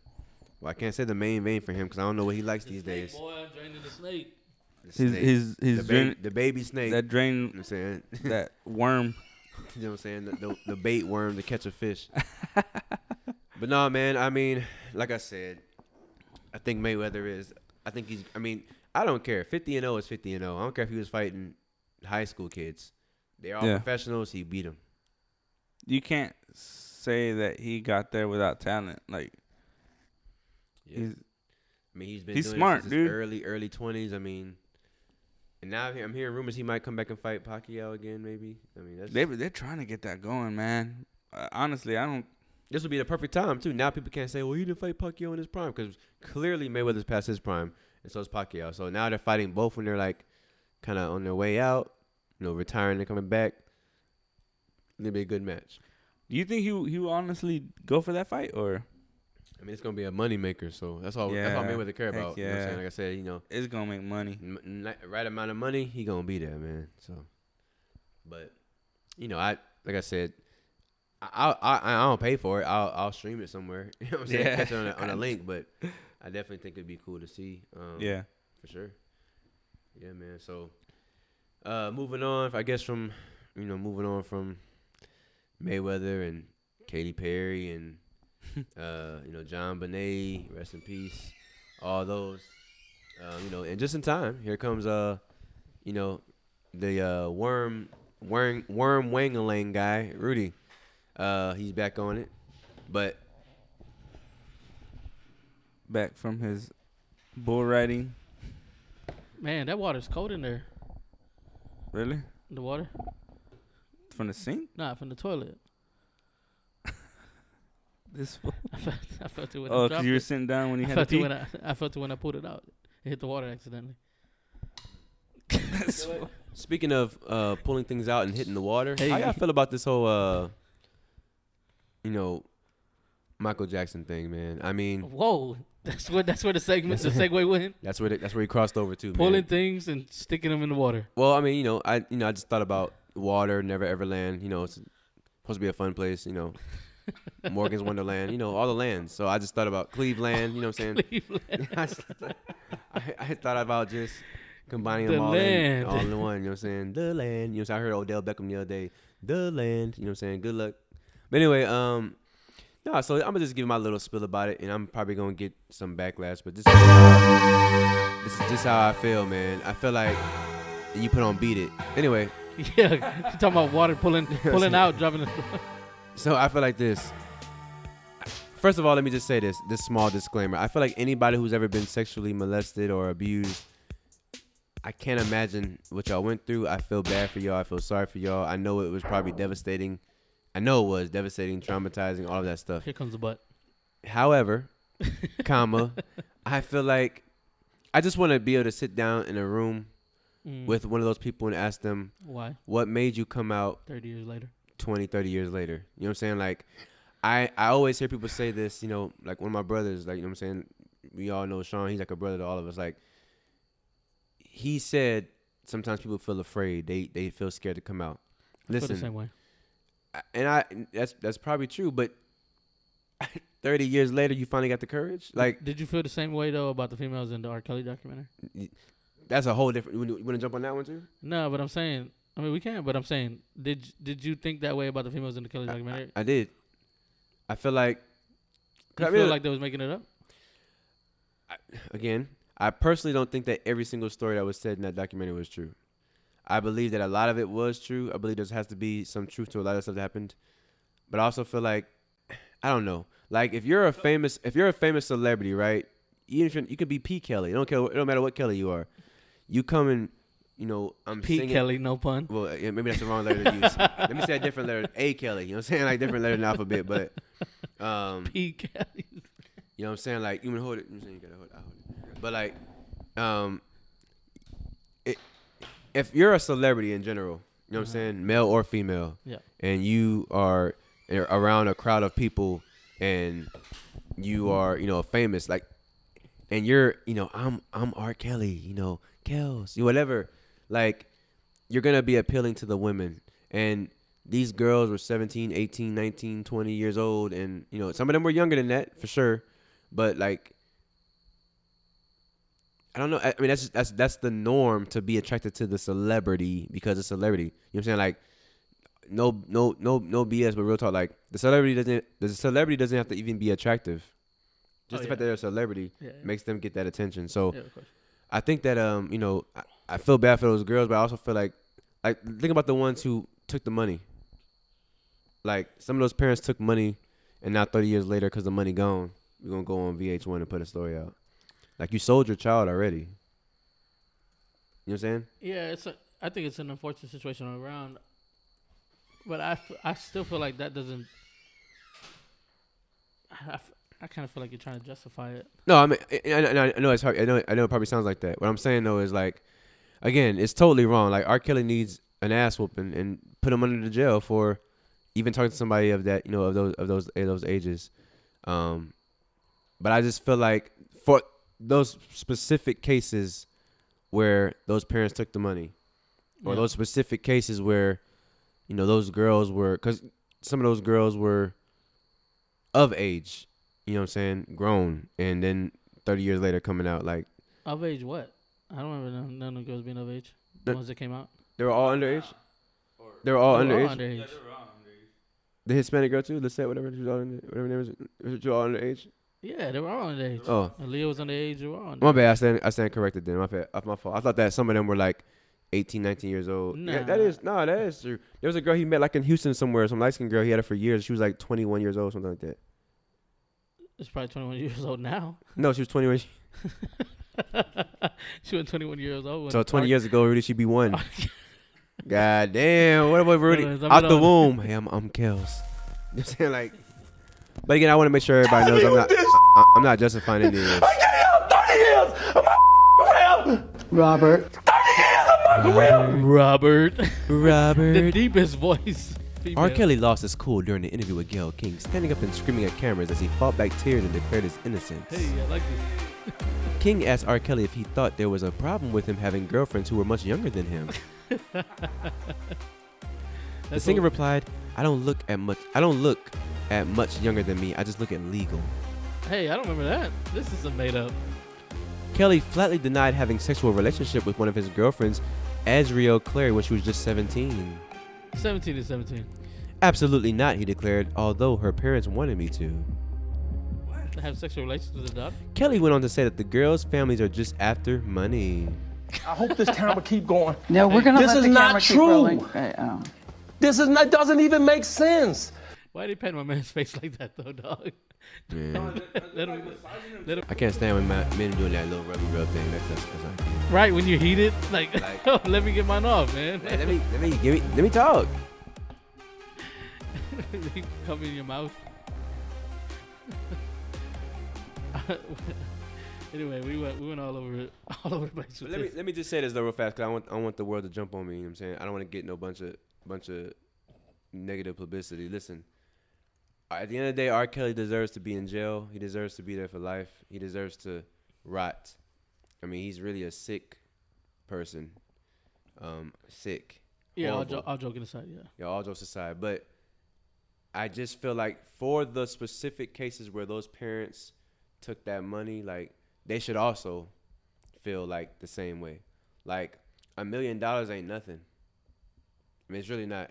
Speaker 3: Well, I can't say the main vein for him because I don't know what he likes these days. The
Speaker 2: He's
Speaker 3: snake.
Speaker 2: he's
Speaker 3: the,
Speaker 2: he's
Speaker 3: baby,
Speaker 2: drain,
Speaker 3: the baby snake.
Speaker 2: that
Speaker 3: you know what I'm
Speaker 2: drain
Speaker 3: saying.
Speaker 2: that worm.
Speaker 3: you know what I'm saying? The, the, the bait worm to catch a fish. but nah, man. I mean, like I said, I think Mayweather is. I think he's. I mean, I don't care. 50 and 0 is 50 and 0. I don't care if he was fighting high school kids. They're all
Speaker 2: Yeah.
Speaker 3: professionals. He beat them.
Speaker 2: You can't say that he got there without talent. Like he's
Speaker 3: I mean, he's been
Speaker 2: He's
Speaker 3: doing
Speaker 2: smart,
Speaker 3: it since
Speaker 2: dude.
Speaker 3: His early early twenties. I mean, and now I'm hear- I'm hearing rumors he might come back and fight Pacquiao again. Maybe. I mean, that's,
Speaker 2: they they're trying to get that going, man. Uh, honestly, I don't.
Speaker 3: this would be the perfect time too. Now people can't say, "Well, he didn't fight Pacquiao in his prime," because clearly Mayweather's past his prime, and so is Pacquiao. So now they're fighting both when they're like kind of on their way out, you know, retiring and coming back. It'll be a good match.
Speaker 2: Do you think he he will honestly go for that fight or
Speaker 3: I mean, it's gonna be a moneymaker, so that's all. That's all
Speaker 2: Yeah,
Speaker 3: Mayweather care
Speaker 2: heck
Speaker 3: about. You know what I'm
Speaker 2: yeah.
Speaker 3: saying? Like I said, you know,
Speaker 2: it's gonna make money?
Speaker 3: n- n- right amount of money, he gonna be there, man. So, but you know, I like I said, I I I, I don't pay for it. I'll I'll stream it somewhere. You know what I'm saying?
Speaker 2: Yeah.
Speaker 3: Catch it on a, on a link, but I definitely think it'd be cool to see. Um,
Speaker 2: Yeah.
Speaker 3: for sure. Yeah, man. So, uh, moving on, I guess from you know, moving on from Mayweather and Katy Perry and uh, you know John Bonet, rest in peace, all those. Um, you know, and just in time, here comes uh, you know, the uh, worm, worm, worm wangalang guy, Rudy. Uh, he's back on it, but
Speaker 2: Back from his bull riding,
Speaker 1: Man, that water's cold in there.
Speaker 2: really
Speaker 1: The water?
Speaker 2: from the sink.
Speaker 1: Nah, from the toilet.
Speaker 2: This fool.
Speaker 1: I felt, I felt it when
Speaker 2: oh,
Speaker 1: I
Speaker 2: because
Speaker 1: dropped
Speaker 2: you were
Speaker 1: it.
Speaker 2: sitting down when you
Speaker 1: I
Speaker 2: had to
Speaker 1: felt it
Speaker 2: pee.
Speaker 1: when I, I felt it when I pulled it out. It hit the water accidentally.
Speaker 2: This fool.
Speaker 3: Speaking of uh, pulling things out and hitting the water, how
Speaker 1: Hey.
Speaker 3: y'all feel about this whole, uh, you know, Michael Jackson thing, man? I mean,
Speaker 1: Whoa, that's where that's where the segment the segue went.
Speaker 3: that's where the, that's where he crossed over to.
Speaker 1: Pulling
Speaker 3: Man.
Speaker 1: things and sticking them in the water.
Speaker 3: Well, I mean, you know, I you know, I just thought about water, Never Ever Land. You know, it's supposed to be a fun place. You know, Morgan's Wonderland. You know, all the lands. So I just thought about Cleveland. You know what I'm saying?
Speaker 1: Cleveland.
Speaker 3: I, just- I, I thought about just combining
Speaker 1: The
Speaker 3: them all in,
Speaker 1: land.
Speaker 3: all in one. You know what I'm saying? The land. You know, what I'm saying? I heard Odell Beckham the other day. The land. You know what I'm saying? Good luck. But anyway, um, no. So I'm gonna just give my little spill about it, and I'm probably gonna get some backlash. But this, this is just how I feel, man. I feel like and you put on beat it. Anyway,
Speaker 1: yeah, you talking about water pulling pulling out, dropping. The,
Speaker 3: So I feel like this. First of all, let me just say this this small disclaimer. I feel like anybody who's ever been sexually molested or abused, I can't imagine what y'all went through. I feel bad for y'all. I feel sorry for y'all. I know it was probably devastating. I know it was devastating, traumatizing, all of that stuff.
Speaker 1: here comes the butt.
Speaker 3: However, comma, I feel like I just want to be able to sit down in a room
Speaker 1: Mm,
Speaker 3: with one of those people and ask them,
Speaker 1: why?
Speaker 3: "What made you come out
Speaker 1: Thirty years later.
Speaker 3: 20 30 years later you know what i'm saying like i i always hear people say this you know like one of my brothers like you know what i'm saying we all know sean he's like a brother to all of us like he said sometimes people feel afraid they they feel scared to come out
Speaker 1: I feel the
Speaker 3: listen
Speaker 1: same way.
Speaker 3: I- and i that's that's probably true but 30 years later you finally got the courage like
Speaker 1: Did you feel the same way though about the females in the R. Kelly documentary?
Speaker 3: that's a whole different you want to jump on that one too
Speaker 1: No, but I'm saying. I mean, we can, but I'm saying, did y- did you think that way about the females in the Kelly
Speaker 3: I-
Speaker 1: documentary?
Speaker 3: i did i feel like
Speaker 1: You
Speaker 3: I
Speaker 1: feel
Speaker 3: mean,
Speaker 1: like they was making it up?
Speaker 3: again, I personally don't think that every single story that was said in that documentary was true. I believe that a lot of it was true. I believe there has to be some truth to a lot of stuff that happened. But I also feel like I don't know. Like if you're a famous if you're a famous celebrity, right? Even if you're, you could be P. Kelly. It don't care it don't matter what Kelly you are. You come and you know, I'm
Speaker 1: Pete
Speaker 3: singing.
Speaker 1: Kelly, no pun.
Speaker 3: Well, yeah, maybe that's the wrong letter to use. Let me say a different letter. A Kelly. You know what I'm saying? Like different letter in the alphabet, but um
Speaker 1: Pete Kelly.
Speaker 3: you know what I'm saying? Like you wanna hold it. You know what I'm saying you gotta hold it. I hold it. But like, um, it, if you're a celebrity in general, you know what I'm saying, male or female,
Speaker 1: Yeah.
Speaker 3: and you are a- around a crowd of people, and you are you know famous, like, and you're you know I'm I'm R Kelly, you know Kels, you whatever, like, you're gonna be appealing to the women and. These girls were 17, 18, 19, 20 years old, and you know some of them were younger than that for sure but like I don't know. I I mean, that's just, that's that's the norm to be attracted to the celebrity because it's celebrity. You know what I'm saying? Like, no, no, no, no BS. But real talk, like the celebrity doesn't the celebrity doesn't have to even be attractive. Just
Speaker 1: Oh,
Speaker 3: the
Speaker 1: yeah.
Speaker 3: fact that they're a celebrity
Speaker 1: Yeah, yeah.
Speaker 3: makes them get that attention. So
Speaker 1: Yeah, of course.
Speaker 3: I think that um, you know, I, I feel bad for those girls, but I also feel like, like think about the ones who took the money. Like some of those parents took money, and now thirty years later, because the money gone, we're gonna go on VH1 and put a story out. Like you sold your child already. You know what I'm saying?
Speaker 1: Yeah, it's a, I think it's an unfortunate situation all around, but I, f- I still feel like that doesn't. I, kind of feel like you're trying to justify it.
Speaker 3: No, I mean, I, I, I know it's hard. I know, I know it probably sounds like that. What I'm saying though is like, again, it's totally wrong. Like R. Kelly needs an ass whooping and put him under the jail for even talking to somebody of that, you know, of those of those of those ages. Um, but I just feel like for those specific cases where those parents took the money, or
Speaker 1: Yeah.
Speaker 3: those specific cases where, you know, those girls were, because some of those girls were of age you know what I'm saying, grown, and then 30 years later coming out like
Speaker 1: Of age, what? I don't remember none, none of the girls being of age. The
Speaker 3: The-
Speaker 1: ones that came out.
Speaker 3: they were all underage. They were all
Speaker 1: They were all
Speaker 3: underage.
Speaker 2: Yeah,
Speaker 1: underage.
Speaker 2: they were all underage.
Speaker 3: the Hispanic girl too, Lisette, whatever, she was all under, whatever her name is, was she all underage?
Speaker 1: Yeah, they were all underage.
Speaker 3: Oh,
Speaker 1: Aaliyah was underage. They were all
Speaker 3: my
Speaker 1: underage.
Speaker 3: bad. I stand, I stand corrected then. My fault. My fault. I thought that some of them were like 18, 19 years old. Yeah, that
Speaker 1: Nah.
Speaker 3: is no, that is true. There was a girl he met like in Houston somewhere, some light skinned girl. He had her for years. She was like 21 years old, something like that.
Speaker 1: She's probably 21 years old now.
Speaker 3: No, she was 21.
Speaker 1: she was 21 years old. when
Speaker 3: So 20
Speaker 1: Ark-
Speaker 3: years ago, Rudy, she'd be one. God damn, what about Rudy?
Speaker 1: Anyways, I'm
Speaker 3: Out the
Speaker 1: done.
Speaker 3: womb. Hey, I'm I'm Kels. You know what I'm saying like, but again, I want to make sure everybody knows I'm not I- I'm not justifying any of this.
Speaker 1: Robert, the
Speaker 3: Robert.
Speaker 1: deepest voice.
Speaker 3: R.
Speaker 1: female.
Speaker 3: Kelly lost his cool during the interview with Gail King, standing up and screaming at cameras as he fought back tears and declared his innocence.
Speaker 1: Hey, I like this.
Speaker 3: King asked R. Kelly if he thought there was a problem with him having girlfriends who were much younger than him. the
Speaker 1: That's
Speaker 3: singer
Speaker 1: what-
Speaker 3: replied, "I don't look at much. I don't look at much younger than me. I just look at legal."
Speaker 1: Hey, I don't remember that. This is a made up.
Speaker 3: Kelly flatly denied having sexual relationship with one of his girlfriends, Azriel Claire, when she was just 17.
Speaker 1: 17 is 17.
Speaker 3: Absolutely not, he declared, although her parents wanted me to.
Speaker 1: To have sexual relations with a dog?
Speaker 3: Kelly went on to say that the girls' families are just after money.
Speaker 5: I hope this camera keep going.
Speaker 6: No, we're gonna
Speaker 5: This
Speaker 6: let
Speaker 5: is
Speaker 6: the
Speaker 5: not
Speaker 6: camera keep
Speaker 5: true.
Speaker 6: rolling. Uh, oh.
Speaker 5: This is not, doesn't even make sense.
Speaker 1: Why did he paint my man's face like that, though, dog? Let him- let him-
Speaker 3: I can't stand when my men doing that little rubby rub thing. That's, that's, that's not good.
Speaker 1: right when you heat it, like,
Speaker 3: Like-
Speaker 1: let me get mine off, man.
Speaker 3: Hey, let me, let me, give me, let me talk.
Speaker 1: Come in your mouth. anyway, we went we went all over it, all over the place. With
Speaker 3: Let me,
Speaker 1: this.
Speaker 3: let me just say this though real fast, cause I want, I want the world to jump on me. You know what I'm saying? I don't want to get no bunch of, bunch of negative publicity. Listen, at the end of the day, R. Kelly deserves to be in jail. He deserves to be there for life. He deserves to rot. I mean, he's really a sick person. Um, sick.
Speaker 1: yeah, all,
Speaker 3: Horrible.
Speaker 1: jo- all joking aside, yeah.
Speaker 3: Yeah, all jokes aside, but I just feel like for the specific cases where those parents took that money, like they should also feel like the same way. Like a million dollars ain't nothing. I mean, it's really not.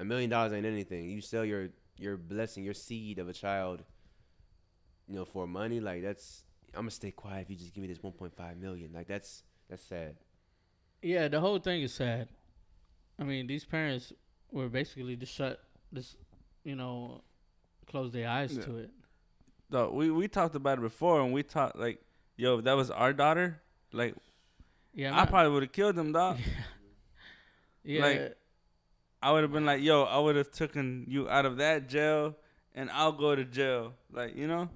Speaker 3: A million dollars ain't anything. You sell your your blessing, your seed of a child, you know, for money. Like that's I'm gonna stay quiet if you just give me this 1.5 million. Like that's that's sad.
Speaker 1: Yeah, the whole thing is sad. I mean, these parents were basically just shut, just you know, close their eyes to it.
Speaker 2: No, we we talked about it before, and we talked like, yo, if that was our daughter, like
Speaker 1: Yeah, I'm
Speaker 2: I
Speaker 1: not-
Speaker 2: probably would have killed him, dog.
Speaker 1: yeah,
Speaker 2: like- I would have been like, yo, I would have taken you out of that jail, and I'll go to jail. Like, you know,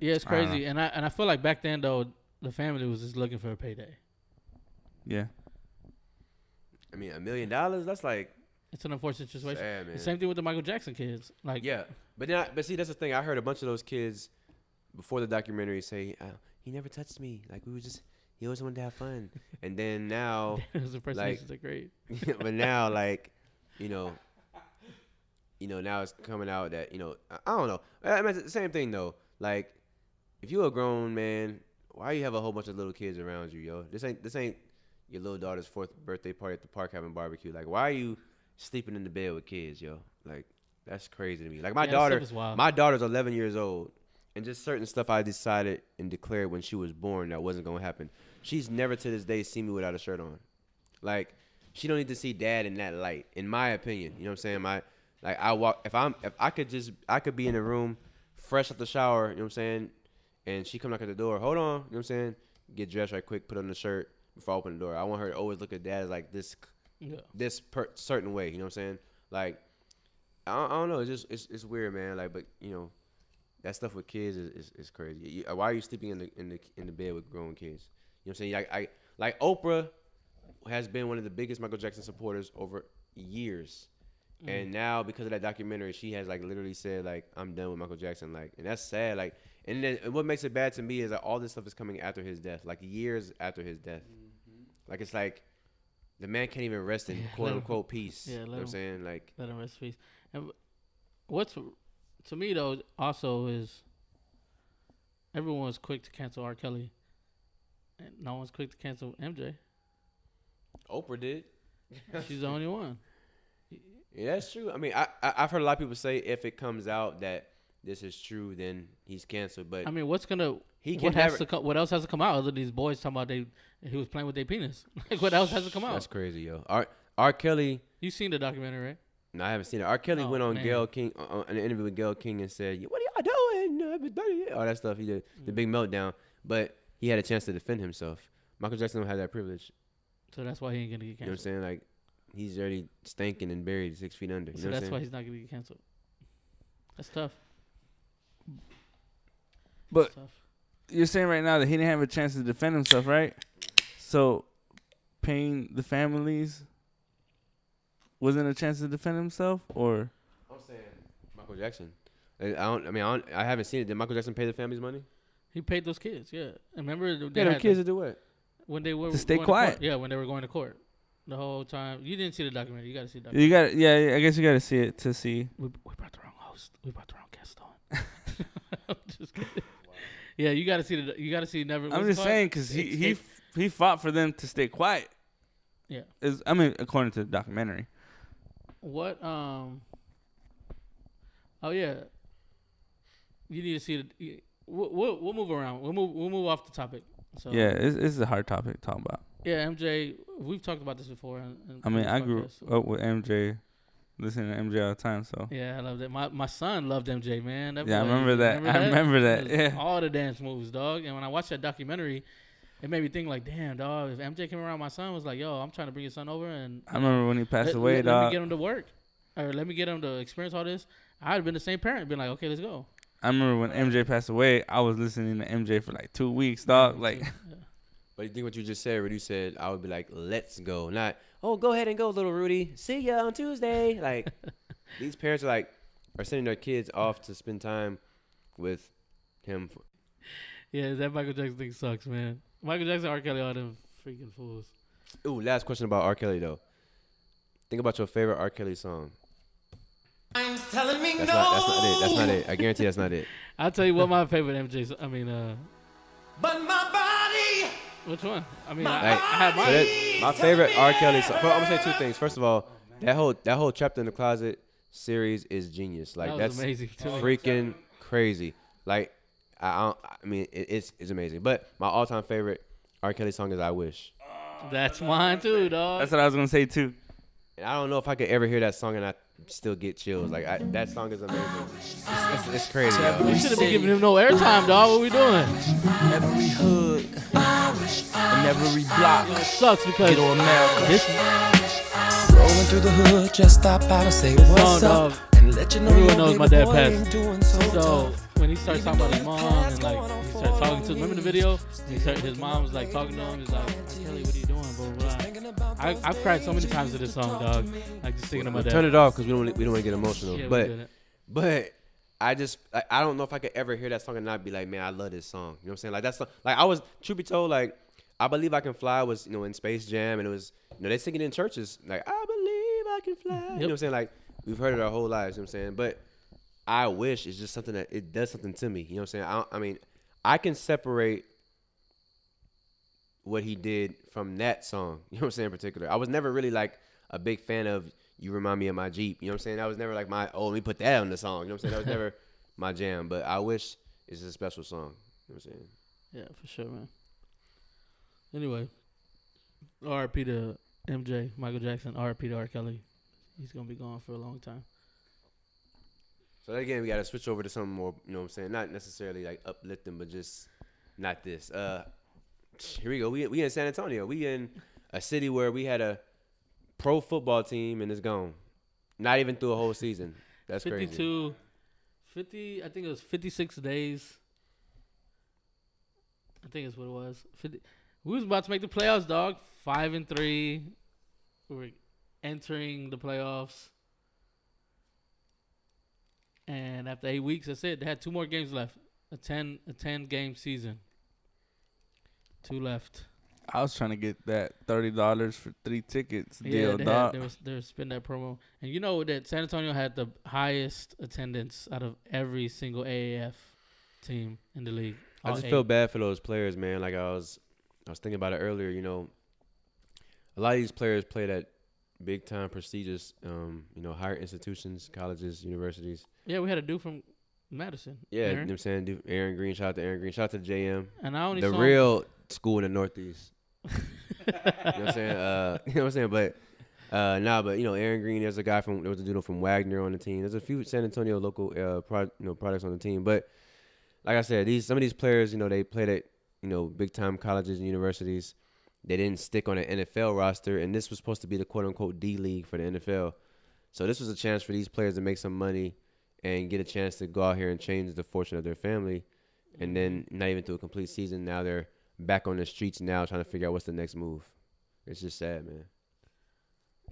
Speaker 1: yeah, it's
Speaker 2: I don't know.
Speaker 1: crazy. And I and I feel like back then though, the family was just looking for a payday.
Speaker 2: yeah.
Speaker 3: I mean, a million dollars. That's like
Speaker 1: It's an unfortunate situation.
Speaker 3: sad, man.
Speaker 1: The same thing with the Michael Jackson kids. Like,
Speaker 3: Yeah, but then I, but see, that's the thing. I heard a bunch of those kids before the documentary say uh, he never touched me. Like we were just he always wanted to have fun. and then now,
Speaker 1: it was the first
Speaker 3: Like-
Speaker 1: like, are great.
Speaker 3: but now like, you know, you know now it's coming out that you know I, I don't know. I, I mean, it's the same thing though. Like if you're a grown man, why you have a whole bunch of little kids around you, yo? This ain't this ain't your little daughter's fourth birthday party at the park having barbecue. Like why are you sleeping in the bed with kids, yo? Like that's crazy to me. Like my
Speaker 1: Yeah, that stuff
Speaker 3: daughter,
Speaker 1: is wild.
Speaker 3: my daughter's 11 years old, and just certain stuff I decided and declared when she was born that wasn't gonna happen. She's never to this day seen me without a shirt on. Like she don't need to see dad in that light, in my opinion. You know what I'm saying? My like I walk if I'm if I could just I could be in a room fresh out the shower, you know what I'm saying? And she come knock at the door, hold on, you know what I'm saying? Get dressed right quick, put on the shirt before I open the door. I want her to always look at dad as like this
Speaker 1: Yeah.
Speaker 3: this per- certain way, you know what I'm saying? Like I don't, I don't know, it's just it's, it's weird, man. Like but you know, that stuff with kids is, is, is crazy. You- why are you sleeping in the in the in the bed with grown kids? You know what I'm saying? Like I like Oprah has been one of the biggest Michael Jackson supporters over years.
Speaker 1: Mm-hmm.
Speaker 3: And now because of that documentary, she has like literally said like I'm done with Michael Jackson like and that's sad like and then and what makes it bad to me is that all this stuff is coming after his death, like years after his death. Like it's like the man can't even rest in
Speaker 1: Mm-hmm. Yeah, let
Speaker 3: quote
Speaker 1: him-
Speaker 3: unquote peace.
Speaker 1: yeah,
Speaker 3: you
Speaker 1: let
Speaker 3: know what I'm
Speaker 1: him-
Speaker 3: saying? Like
Speaker 1: Let him rest in peace. And what's to me though also is everyone was quick to cancel R. Kelly, and no one's quick to cancel MJ.
Speaker 3: Oprah did.
Speaker 1: She's the only one.
Speaker 3: Yeah, that's true. I mean, I, I I've heard a lot of people say if it comes out that this is true, then he's canceled. But
Speaker 1: I mean, what's gonna
Speaker 3: He
Speaker 1: Um, what
Speaker 3: can
Speaker 1: has
Speaker 3: never-
Speaker 1: to come, what else has to come out other than these boys talking about they he was playing with their penis? Like what else has to come
Speaker 3: that's
Speaker 1: out?
Speaker 3: crazy, yo. R R Kelly.
Speaker 1: You seen the documentary, right?
Speaker 3: No, I haven't seen it. R. Kelly
Speaker 1: Oh,
Speaker 3: went on
Speaker 1: man.
Speaker 3: Gail King on an interview with Gail King and said, "What are y'all doing? Uh, but dirty," All that stuff. He did
Speaker 1: Mm.
Speaker 3: the big meltdown, but he had a chance to defend himself. Michael Jackson don't have that privilege.
Speaker 1: So that's why he ain't gonna get
Speaker 3: You know what
Speaker 1: canceled.
Speaker 3: I'm saying? Like he's already stinking and buried six feet under. You
Speaker 1: so
Speaker 3: know
Speaker 1: that's
Speaker 3: what
Speaker 1: why
Speaker 3: I'm saying?
Speaker 1: he's not gonna get canceled. That's tough.
Speaker 2: But
Speaker 1: That's tough.
Speaker 2: you're saying right now that he didn't have a chance to defend himself, right? So paying the families wasn't a chance to defend himself, or
Speaker 3: I'm saying Michael Jackson. I I don't. I mean, I, don't, I haven't seen it. Did Michael Jackson pay the family's money?
Speaker 1: He paid those kids, yeah. And Remember they
Speaker 3: Yeah, them
Speaker 1: had
Speaker 3: kids to do what?
Speaker 1: when they were
Speaker 2: To stay
Speaker 1: going court.
Speaker 2: quiet.
Speaker 1: yeah, when they were going to court. The whole time you didn't see the documentary. You got to see the documentary.
Speaker 2: you got yeah, yeah, I guess you got to see it to see.
Speaker 1: We, we brought the wrong host. We brought the wrong guest on. I'm just kidding. Yeah, you got to see the. You got to see never. what's
Speaker 2: I'm
Speaker 1: it
Speaker 2: just
Speaker 1: called?
Speaker 2: saying because he he
Speaker 1: Escape-
Speaker 2: f- he fought for them to stay quiet.
Speaker 1: Yeah.
Speaker 2: Is I mean according to the documentary.
Speaker 1: What um Oh yeah. You need to see the we'll, we'll, we'll move around. We'll move we'll move off the topic. So
Speaker 2: Yeah, it's, it's a hard topic to talk about.
Speaker 1: yeah, MJ, we've talked about this before. In, in
Speaker 2: I mean,
Speaker 1: this
Speaker 2: I grew
Speaker 1: podcast.
Speaker 2: up with MJ, listening to MJ all the time. So
Speaker 1: Yeah, I love that. My my son loved MJ, man. That
Speaker 2: Yeah, I
Speaker 1: boy-
Speaker 2: remember that. I remember that,
Speaker 1: It was
Speaker 2: yeah.
Speaker 1: all the dance moves, dog. And when I watched that documentary, it made me think like, damn, dog. If MJ came around, my son was like, yo, I'm trying to bring your son over and
Speaker 2: I remember when he passed
Speaker 1: let,
Speaker 2: away,
Speaker 1: let- let me
Speaker 2: dog.
Speaker 1: get him to work, or let me get him to experience all this. I'd have been the same parent, been like, okay, let's go.
Speaker 2: I remember when MJ passed away, I was listening to MJ for like two weeks, dog. Like,
Speaker 3: But you think what you just said, Rudy said, I would be like, let's go. Not, oh, go ahead and go, little Rudy. See ya on Tuesday. Like, these parents are like, are sending their kids off to spend time with him. For,
Speaker 1: Yeah, that Michael Jackson thing sucks, man. Michael Jackson, R. Kelly, all them freaking fools.
Speaker 3: Ooh, last question about R. Kelly, though. Think about your favorite R. Kelly song. That's not, that's not it. That's not it. I guarantee that's not it.
Speaker 1: I'll tell you what my favorite MJ. so- I mean, uh,
Speaker 6: But my body,
Speaker 1: which one? I mean, I, I
Speaker 3: Like,
Speaker 1: have
Speaker 3: so
Speaker 1: mine.
Speaker 3: that- my favorite R. Kelly song. I'm gonna say two things. First of all, that whole that whole chapter in the closet series is genius. Like
Speaker 1: That was
Speaker 3: that's
Speaker 1: amazing, too.
Speaker 3: freaking crazy. Like I, I, don't- I mean, it, it's it's amazing. But my all time favorite R. Kelly song is "I Wish,"
Speaker 1: That's mine too, dog.
Speaker 2: That's what I was gonna say too.
Speaker 3: and I don't know if I could ever hear that song and I still get chills. Like I, that song is amazing. It's, it's- it's crazy. y'all.
Speaker 1: we shouldn't be giving him no airtime, dog. What we doing?
Speaker 7: Every hood and every block.
Speaker 1: It sucks because
Speaker 7: Get on America.
Speaker 1: this
Speaker 7: Rolling through the hood, just stop out and say what's
Speaker 1: dog.
Speaker 7: up. And let you know
Speaker 1: Everyone
Speaker 7: your
Speaker 1: knows
Speaker 7: baby
Speaker 1: my dad
Speaker 7: boy
Speaker 1: passed.
Speaker 7: ain't doing so
Speaker 1: So
Speaker 7: tough.
Speaker 1: when he starts talking about his mom and like he starts talking to him, remember the video? He start, his mom was like talking to him. He's like, "R. Kelly, what are you doing?" Blah blah. blah. I I've cried so many times to this song, dog. Like just thinking about that.
Speaker 3: Turn it off because we don't we don't want to get emotional.
Speaker 1: Yeah, we
Speaker 3: but
Speaker 1: didn't.
Speaker 3: but I just I, I don't know if I could ever hear that song and not be like, man, I love this song. You know what I'm saying? Like that's the- like I was truth be told, like I believe I can fly was you know in Space Jam and it was you know they sing it in churches like I believe I can fly. You know
Speaker 1: Yep.
Speaker 3: what I'm saying? Like we've heard it our whole lives. You know what I'm saying? But I wish it's just something that it does something to me. You know what I'm saying? I, don't- I mean, I can separate what he did from that song. You know what I'm saying? In particular, I was never really like a big fan of "You Remind Me of My Jeep." You know what I'm saying? That was never like my oh, let me put that on the song. You know what I'm saying? That was never my jam. But I wish it's a special song. You know what I'm saying?
Speaker 1: Yeah, for sure, man. Anyway, R.P. to MJ, Michael Jackson. R.P. to R. Kelly. He's gonna be gone for a long time.
Speaker 3: So again, we gotta switch over to something more. You know what I'm saying? Not necessarily like uplifting, but just not this. Uh, here we go. We we in San Antonio. We in a city where we had a pro football team and it's gone. Not even through a whole season. That's crazy.
Speaker 1: 52, 50, I think it was 56 days. I think it's what it was. 50, we was about to make the playoffs, dog. Five and three. We were entering the playoffs. And after eight weeks, that's it. They had two more games left. A ten, a ten game season. Two left.
Speaker 2: I was trying to get that thirty dollars for three tickets
Speaker 1: Yeah,
Speaker 2: deal,
Speaker 1: they, had,
Speaker 2: dog.
Speaker 1: they, was, they were spinning that promo. And you know that San Antonio had the highest attendance out of every single AAF team in the league.
Speaker 3: I
Speaker 1: All
Speaker 3: just
Speaker 1: eight.
Speaker 3: feel bad for those players, man. Like I was, I was thinking about it earlier. You know, a lot of these players played at big time, prestigious, um, you know, higher institutions, colleges, universities.
Speaker 1: Yeah, we had a dude from Madison.
Speaker 3: Yeah, you know
Speaker 1: Aaron.
Speaker 3: what I'm saying. Dude, Aaron Green, shout out to Aaron Green, shout out to JM,
Speaker 1: and I only
Speaker 3: the
Speaker 1: saw
Speaker 3: real school in the Northeast. you know what I'm saying? Uh, you know what I'm saying? But uh, nah, but you know, Aaron Green. There's a guy from there was a dude from Wagner on the team. There's a few San Antonio local uh, pro, you know products on the team. But like I said, these some of these players, you know, they played at you know big time colleges and universities. They didn't stick on an NFL roster, and this was supposed to be the quote unquote D league for the NFL. So this was a chance for these players to make some money and get a chance to go out here and change the fortune of their family. And then not even through a complete season, now they're back on the streets now trying to figure out what's the next move. It's just sad, man.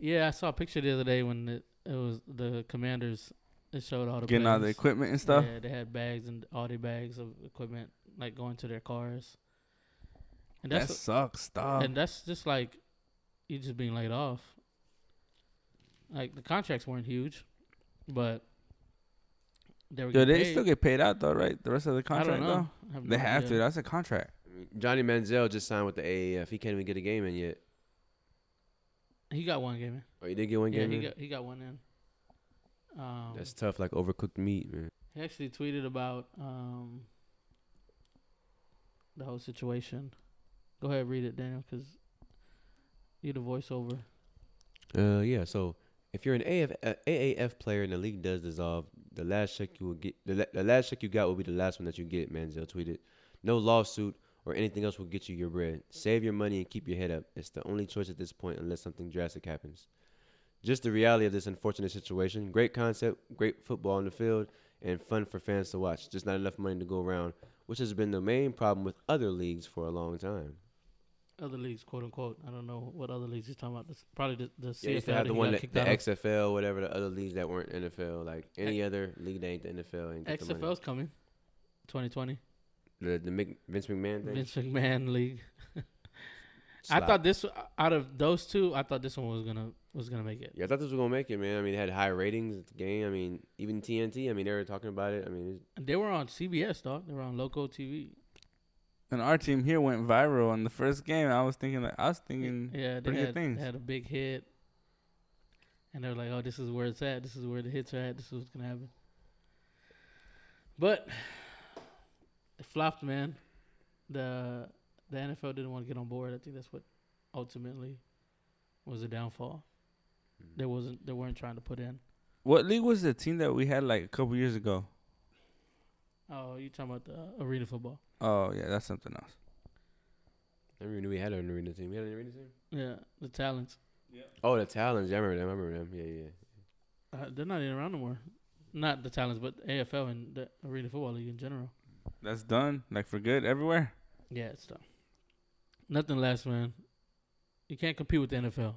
Speaker 1: Yeah, I saw a picture the other day when it, it was the Commanders. It showed all the
Speaker 2: Getting all the
Speaker 1: players.
Speaker 2: equipment and stuff.
Speaker 1: Yeah, they had bags and all their bags of equipment like going to their cars. And
Speaker 2: that
Speaker 1: that's
Speaker 2: sucks, dog.
Speaker 1: and that's just like you just being laid off. Like the contracts weren't huge, but they were
Speaker 2: Do
Speaker 1: getting
Speaker 2: they
Speaker 1: paid.
Speaker 2: still get paid out though, right? The rest of the
Speaker 1: I
Speaker 2: contract
Speaker 1: don't know.
Speaker 2: though.
Speaker 1: I
Speaker 2: They
Speaker 1: no
Speaker 2: have to.
Speaker 1: idea.
Speaker 2: That's a contract.
Speaker 3: Johnny Manziel just signed with the AAF. He can't even get a game in yet.
Speaker 1: He got one game.
Speaker 3: Oh, he did get
Speaker 1: In.
Speaker 3: one
Speaker 1: Yeah,
Speaker 3: game
Speaker 1: he
Speaker 3: in?
Speaker 1: got he got one in. Um,
Speaker 3: That's tough, like overcooked meat, man.
Speaker 1: He actually tweeted about um, the whole situation. Go ahead, read it, Daniel, because you the voiceover.
Speaker 3: Uh, yeah. So if you're an AF, uh, AAF player and the league does dissolve, the last check you will get, the, la- the last check you got will be the last one that you get. Manziel tweeted, "No lawsuit or anything else will get you your bread. Save your money and keep your head up. It's the only choice at this point, unless something drastic happens." Just the reality of this unfortunate situation. Great concept, great football on the field, and fun for fans to watch. Just not enough money to go around, which has been the main problem with other leagues for a long time.
Speaker 1: Other leagues, quote unquote. I don't know what other leagues he's talking about. This, probably the, the
Speaker 3: Yeah, you
Speaker 1: CFL
Speaker 3: still have
Speaker 1: that
Speaker 3: the
Speaker 1: he
Speaker 3: one
Speaker 1: got
Speaker 3: that
Speaker 1: kicked
Speaker 3: the
Speaker 1: out of.
Speaker 3: XFL, whatever the other leagues that weren't NFL, like any other league that ain't the NFL. Ain't get the money.
Speaker 1: XFL's coming, 2020.
Speaker 3: the, the Mc, Vince McMahon thing.
Speaker 1: Vince McMahon League. I
Speaker 3: Slop.
Speaker 1: thought this out of those two, I thought this one was gonna was gonna make it.
Speaker 3: Yeah, I thought this was gonna make it, man. I mean, it had high ratings at the game. I mean, even TNT. I mean, they were talking about it. I mean, it's,
Speaker 1: They were on CBS, dog. They were on local TV.
Speaker 2: And our team here went viral in the first game. I was thinking, like, I was thinking,
Speaker 1: Yeah, they
Speaker 2: pretty
Speaker 1: had,
Speaker 2: good things.
Speaker 1: they had a big hit, and they were like, "Oh, this is where it's at. This is where the hits are at. This is what's gonna happen." But It flopped, man. The the NFL didn't want to get on board. I think that's what ultimately was the downfall.
Speaker 2: Hmm.
Speaker 1: They wasn't they weren't trying to put in.
Speaker 2: What league was the team that we had like a couple years ago?
Speaker 1: Oh, you talking about the arena football?
Speaker 2: Oh yeah, that's something else.
Speaker 3: I remember we had an arena team. We had an arena team.
Speaker 1: Yeah, the talents.
Speaker 3: Oh, the Talons. Yeah, I remember them. I remember them. Yeah, yeah.
Speaker 1: Uh, they're not even around no more. Not the talents, but AFL and the arena football league in general.
Speaker 2: That's done, like for good everywhere.
Speaker 1: Yeah, it's tough. Nothing less, man. You can't compete with the NFL.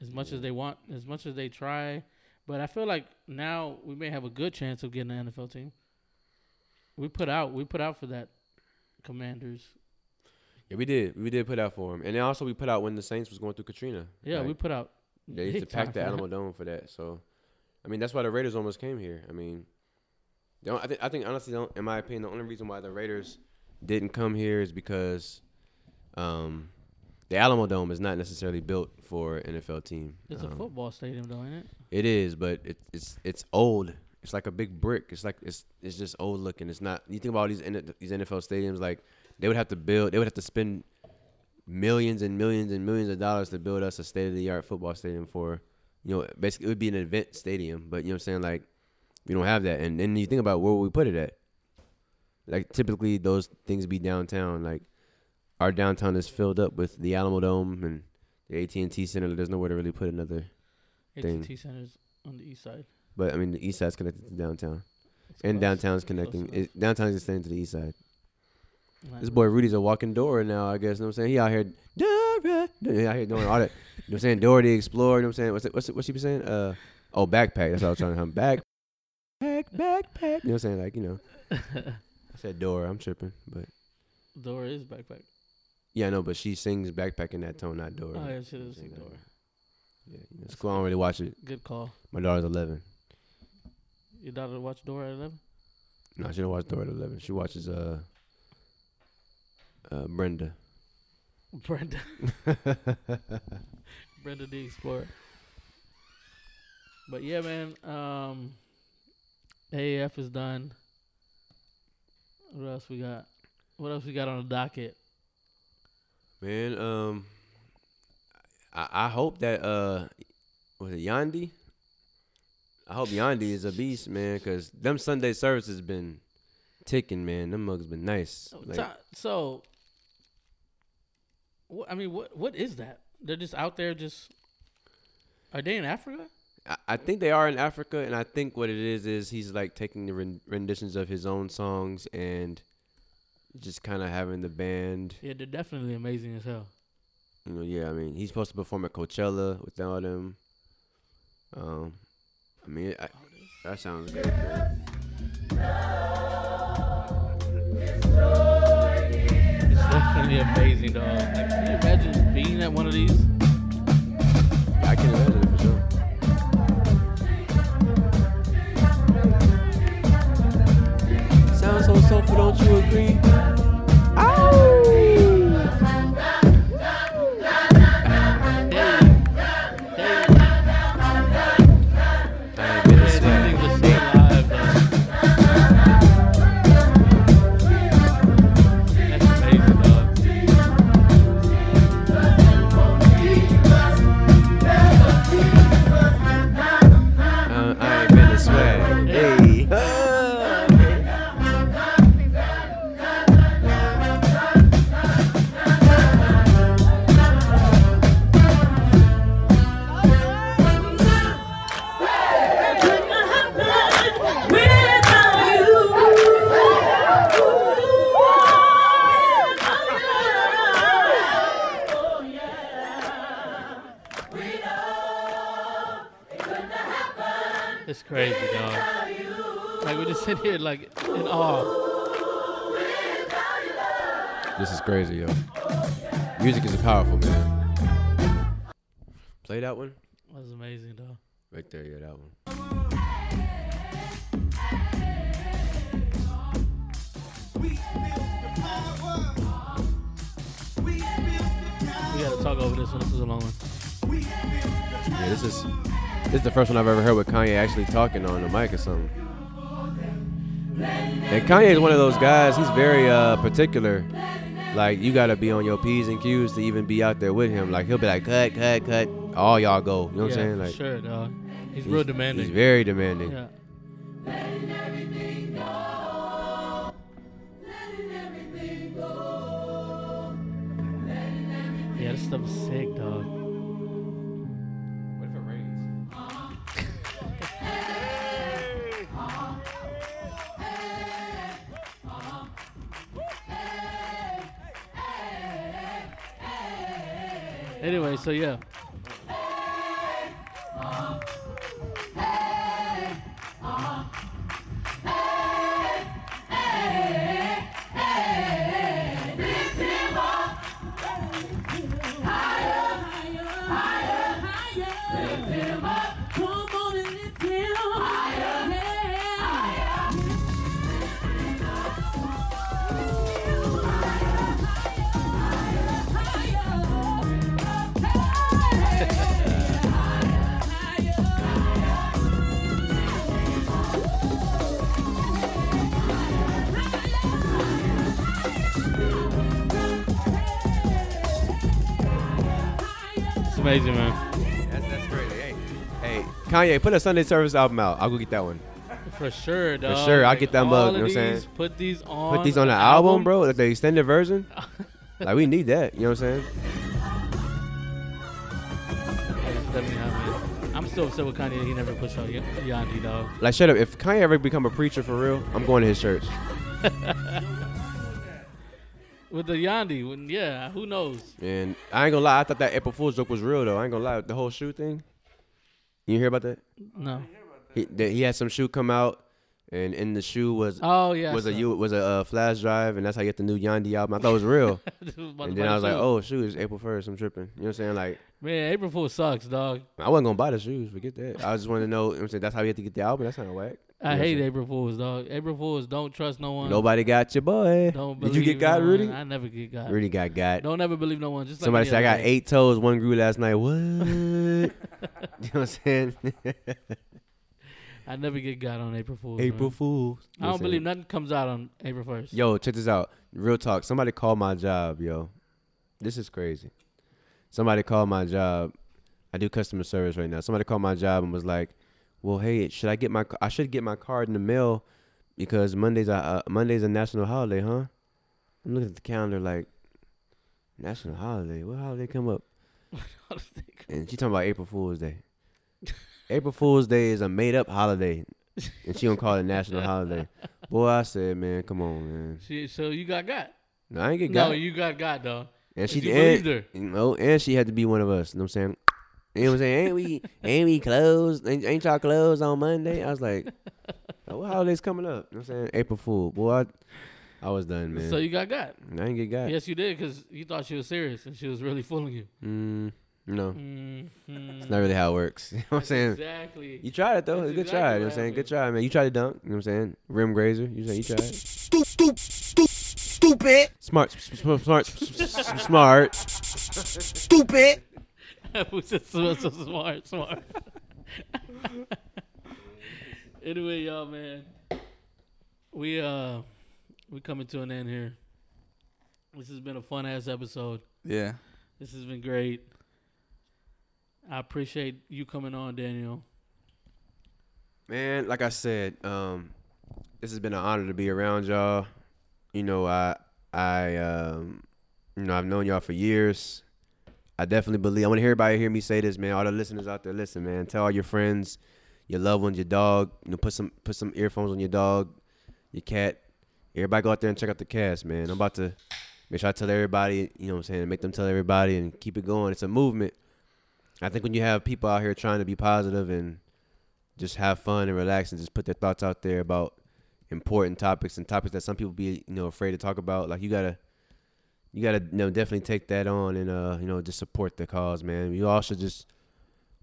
Speaker 1: As much as they want, as much as they try, but I feel like now we may have a good chance of getting an NFL team. We put out, we put out for that, Commanders.
Speaker 3: Yeah, we did. We did put out for him, and then also we put out when the Saints was going through Katrina.
Speaker 1: Yeah, we
Speaker 3: Like,
Speaker 1: put out.
Speaker 3: they used to
Speaker 1: big time
Speaker 3: pack
Speaker 1: for
Speaker 3: the
Speaker 1: that.
Speaker 3: Animal Dome for that. So, I mean, that's why the Raiders almost came here. I mean, the only- I think I think honestly, the only- in my opinion, the only reason why the Raiders didn't come here is because um, the Alamo Dome is not necessarily built for an NFL team.
Speaker 1: It's
Speaker 3: Um,
Speaker 1: a football stadium, though, ain't it?
Speaker 3: It is, but it, it's it's old. It's like a big brick. It's like it's it's just old looking. It's not. You think about all these N- these NFL stadiums, like they would have to build. They would have to spend millions and millions and millions of dollars to build us a state of the art football stadium for. You know, basically it would be an event stadium, but you know what I'm saying? Like we don't have that. And then you think about where would we put it at? Like typically those things be downtown. Like our downtown is filled up with the Alamo Dome and the AT&T Center. There's nowhere to really put another thing.
Speaker 1: AT&T Center's on the east side.
Speaker 3: but I mean, the east side's connected to downtown,
Speaker 1: It's
Speaker 3: and
Speaker 1: close.
Speaker 3: downtown's connecting.
Speaker 1: enough.
Speaker 3: It, downtown's extending to the east side.
Speaker 1: Not
Speaker 3: This
Speaker 1: really.
Speaker 3: boy Rudy's a walking door now. I guess. You know what I'm saying? He out here, Dora, Dora," he out here doing all that. You know what I'm saying? Dora the Explorer. You know what I'm saying? What's it, what's it, what she be saying? Uh, oh, backpack. That's what I was trying to hum. Back, back, backpack. You know what I'm saying? Like you know, I said Dora. I'm tripping, but
Speaker 1: Dora is backpack.
Speaker 3: yeah, I know. But she sings backpack in that tone, not Dora.
Speaker 1: Oh,
Speaker 3: yeah.
Speaker 1: yeah, she does sing Dora.
Speaker 3: you know, school. I don't really watch it.
Speaker 1: Good call.
Speaker 3: My daughter's 11.
Speaker 1: Your daughter watched Dora at 11?
Speaker 3: No, she don't watch Dora at 11. She watches uh, uh Brenda.
Speaker 1: Brenda. Brenda the Explorer. But yeah, man. Um, AAF is done. What else we got? What else we got on the docket?
Speaker 3: Man, um, I, I hope that uh, was it Yandi? I hope Yandi is a beast, man, because them Sunday services been ticking, man. Them mugs been nice.
Speaker 1: So-
Speaker 3: Like,
Speaker 1: so, wha- I mean, what what is that? They're just out there, just are they in Africa?
Speaker 3: I, I think they are in Africa, and I think what it is is he's like taking the ren- renditions of his own songs and just kind of having the band.
Speaker 1: Yeah, they're definitely amazing as hell.
Speaker 3: You know, yeah, I mean, he's supposed to perform at Coachella with all them. Um, I mean, I, that sounds good. Man.
Speaker 1: It's definitely amazing, dog. Like, can you imagine being at one of these?
Speaker 3: I can imagine it for sure. Sounds so soulful, don't you agree? I ain't been
Speaker 1: These
Speaker 3: this way.
Speaker 1: things are so live, dog. That's amazing, dog.
Speaker 3: Uh, I ain't been this way. Hey.
Speaker 1: It's crazy, dog. Like we just sit here like in awe.
Speaker 3: This is crazy, yo. Music is powerful, man. Play that one.
Speaker 1: That's amazing, dog.
Speaker 3: Right there, yeah, that one.
Speaker 1: We gotta talk over this one. This is a long one.
Speaker 3: Yeah, this is this is the first one I've ever heard with Kanye actually talking on the mic or something. And Kanye is one of those guys. He's very uh, particular. Like you gotta be on your p's and q's to even be out there with him. Like he'll be like cut, cut, cut. All y'all go. You know what
Speaker 1: yeah,
Speaker 3: I'm saying?
Speaker 1: for
Speaker 3: Like
Speaker 1: sure, dog. He's,
Speaker 3: he's-
Speaker 1: real demanding.
Speaker 3: He's very demanding.
Speaker 1: yeah. Yeah, this stuff is sick, dog.
Speaker 3: What if it rains?
Speaker 1: Anyway, so yeah. It's amazing, man.
Speaker 3: That's, that's great. Hey, hey, Kanye, put a Sunday Service album out. I'll go get that one.
Speaker 1: For sure, dog.
Speaker 3: sure, I'll get that
Speaker 1: all
Speaker 3: mug,
Speaker 1: of
Speaker 3: you know what I'm
Speaker 1: these,
Speaker 3: saying?
Speaker 1: Put these on.
Speaker 3: Put these on the
Speaker 1: an
Speaker 3: album, bro. Like the extended version. like we need that. You know what I'm saying?
Speaker 1: It's definitely happening. I'm still upset with Kanye. He never pushed out Ye- Yandy, dog.
Speaker 3: Like shut up. If Kanye ever become a preacher for real, I'm going to his church.
Speaker 1: With the Yandy, when, yeah, who knows?
Speaker 3: And I ain't gonna lie, I thought that April Fool's joke was real though. I ain't gonna lie, the whole shoe thing. You hear about that?
Speaker 1: No.
Speaker 3: He that he had some shoe come out, and in the shoe was
Speaker 1: Oh yeah.
Speaker 3: was
Speaker 1: so.
Speaker 3: a U was a uh, flash drive, and that's how you get the new Yandy album. I thought it was real, and then I was like, oh shoot, it's April first. I'm tripping. You know what I'm saying? Like
Speaker 1: man, April Fool sucks, dog.
Speaker 3: I wasn't gonna buy the shoes. Forget that. I just wanted to know. You know what I'm saying that's how you have to get the album. That's not whack.
Speaker 1: I
Speaker 3: You know what I'm
Speaker 1: hate
Speaker 3: saying?
Speaker 1: April Fools, dog. April Fools don't trust no one.
Speaker 3: Nobody got your boy.
Speaker 1: Don't
Speaker 3: Did you
Speaker 1: believe
Speaker 3: get God,
Speaker 1: no
Speaker 3: Rudy?
Speaker 1: One. I never get God.
Speaker 3: Rudy got God.
Speaker 1: Don't ever believe no one. Just like
Speaker 3: Somebody
Speaker 1: any
Speaker 3: said I
Speaker 1: other
Speaker 3: got
Speaker 1: man.
Speaker 3: eight toes, one grew last night. What? you know what I'm saying?
Speaker 1: I never get God on April Fools. Man.
Speaker 3: April Fools. You know
Speaker 1: I
Speaker 3: what
Speaker 1: don't
Speaker 3: I'm
Speaker 1: believe
Speaker 3: saying?
Speaker 1: nothing comes out on April first.
Speaker 3: Yo, check this out. Real talk. Somebody called my job, yo. This is crazy. Somebody called my job. I do customer service right now. Somebody called my job and was like, "Well, hey, should I get my I should get my card in the mail because Monday's a uh, Monday's a national holiday, huh?" I'm looking at the calendar like, "National holiday? What holiday come up?" And she talking about April Fool's Day. April Fool's Day is a made up holiday, and she gonna call it national holiday. Boy, I said, man, come on, man.
Speaker 1: Shit, so you got God.
Speaker 3: No, I ain't get
Speaker 1: No,
Speaker 3: got.
Speaker 1: you got God, dog.
Speaker 3: and she
Speaker 1: you
Speaker 3: and,
Speaker 1: believed
Speaker 3: you know, and she had to be one of us. You know what I'm saying? You know what I'm saying? Ain't we ain't we closed? Ain't, ain't y'all closed on Monday? I was like, oh, what holiday's coming up? You know what I'm saying? April Fool. Boy, I, I was done, man.
Speaker 1: So you got God.
Speaker 3: I ain't get got.
Speaker 1: Yes, you did, because you thought she was serious and she was really fooling you.
Speaker 3: Mm, no,
Speaker 1: Mhm.
Speaker 3: it's not really how it works. You know what I'm Mm-hmm. saying? You
Speaker 1: Exactly.
Speaker 3: tried it though.
Speaker 1: That's
Speaker 3: It's a good
Speaker 1: exactly
Speaker 3: try. You know
Speaker 1: what
Speaker 3: what I'm saying?
Speaker 1: happened.
Speaker 3: Good try, man. You tried to dunk. You know what I'm saying? Rim grazer. You say you tried.
Speaker 4: Stoop, stoop, stoop, stupid,
Speaker 3: Smart, s- s- smart, s- s- smart.
Speaker 4: stupid,
Speaker 1: That was just so, so smart, smart. anyway, y'all, man, we uh, we coming to an end here. This has been a fun ass episode.
Speaker 2: Yeah.
Speaker 1: This has been great. I appreciate you coming on, Daniel.
Speaker 3: Man, like I said, um, this has been an honor to be around y'all. You know, I, I, um, you know, I've known y'all for years. I definitely believe. I want to hear everybody hear me say this, man. All the listeners out there, listen, man. Tell all your friends, your loved ones, your dog. You know, put some put some earphones on your dog, your cat. Everybody go out there and check out the cast, man. I'm about to make sure I tell everybody. You know what I'm saying? Make them tell everybody and keep it going. It's a movement. I think when you have people out here trying to be positive and just have fun and relax and just put their thoughts out there about important topics and topics that some people be you know afraid to talk about. Like you gotta, you gotta you know definitely take that on and uh you know just support the cause, man. We all should just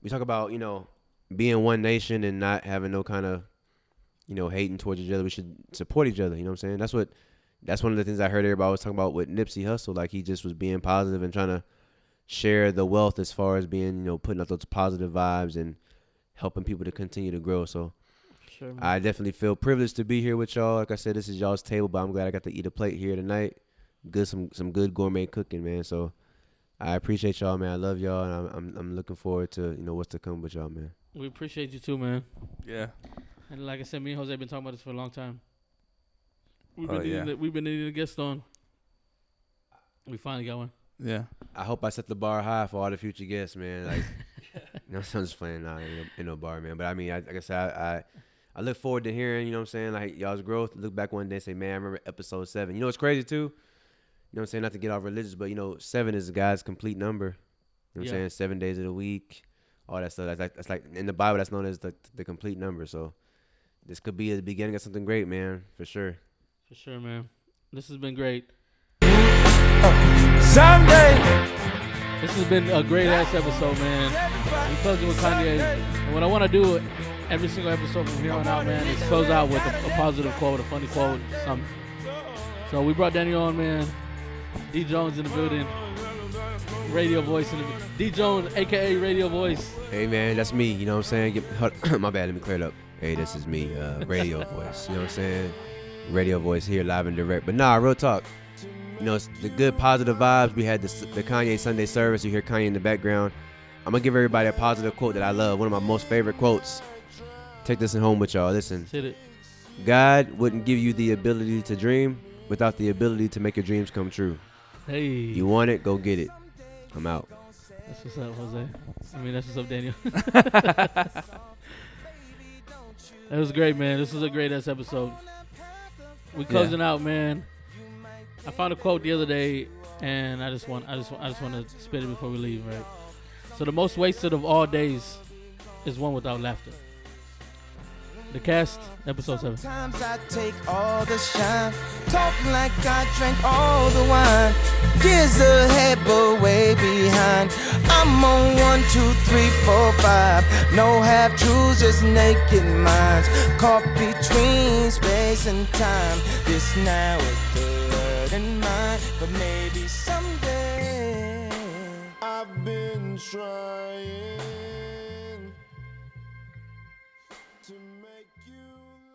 Speaker 3: we talk about you know being one nation and not having no kind of you know hating towards each other. We should support each other. You know what I'm saying? That's what that's one of the things I heard everybody was talking about with Nipsey Hussle. Like he just was being positive and trying to share the wealth as far as being you know putting out those positive vibes and helping people to continue to grow. So
Speaker 1: sure. man.
Speaker 3: I definitely feel privileged to be here with y'all. Like I said, this is y'all's table, but I'm glad I got to eat a plate here tonight. Good, some some good gourmet cooking, man. So I appreciate y'all, man. I love y'all, and I'm I'm, I'm looking forward to you know what's to come with y'all, man.
Speaker 1: we appreciate you too, man.
Speaker 2: Yeah.
Speaker 1: And like I said, me and Jose been talking about this for a long time. We've
Speaker 2: Oh,
Speaker 1: been needing
Speaker 2: yeah.
Speaker 1: to- we've been needing a guest on. We finally got one.
Speaker 2: Yeah.
Speaker 3: I hope I set the bar high for all the future guests, man. Like, no, I'm just playing nah, in, no, ain't no bar, man. But I mean, I, like I said, I, I I look forward to hearing, you know what I'm saying, like y'all's growth. Look back one day and say, man, I remember episode seven. You know what's crazy too? You know what I'm saying? Not to get all religious, but you know, seven is a guy's complete number. You know what
Speaker 1: Yeah.
Speaker 3: I'm saying? Seven days of the week, all that stuff. That's like, that's like in the Bible, that's known as the, the complete number. So this could be the beginning of something great, man, for sure.
Speaker 1: For sure, man. This has been great.
Speaker 6: Someday,
Speaker 1: This has been a great ass episode, man. We closed it with Kanye. And what I want to do every single episode from here on out, man, is close out with a, a positive quote, a funny quote, something. So we brought Daniel on, man. D Jones in the building. Radio voice in the D Jones, aka Radio Voice.
Speaker 3: Hey man, that's me. You know what I'm saying? Get, hold, my bad. Let me clear it up. Hey, this is me. Uh, radio voice. You know what I'm saying? Radio voice here, live and direct. But nah, real talk. You know, it's the good positive vibes. We had the, the Kanye Sunday service. You hear Kanye in the background. I'm gonna give everybody a positive quote that I love. One of my most favorite quotes. Take this home with y'all. Listen,
Speaker 1: Hit it.
Speaker 3: God wouldn't give you the ability to dream without the ability to make your dreams come true.
Speaker 1: Hey.
Speaker 3: You want it? Go get it. I'm out.
Speaker 1: That's what's up, Jose. I mean, that's what's up, Daniel. that was great, man. This was a great ass episode. We closing out, man. I found a quote the other day, and I just want, I just, want- I just want to spit it before we leave, right? So the most wasted of all days is one without laughter. The cast, episode seven.
Speaker 7: Sometimes I take all the shine, talk like I drank all the wine. Years ahead, but way behind. I'm on one, two, three, four, five. No half truths, just naked minds. Caught between space and time. This now is the word in mind, but maybe someday.
Speaker 8: I've been trying to make you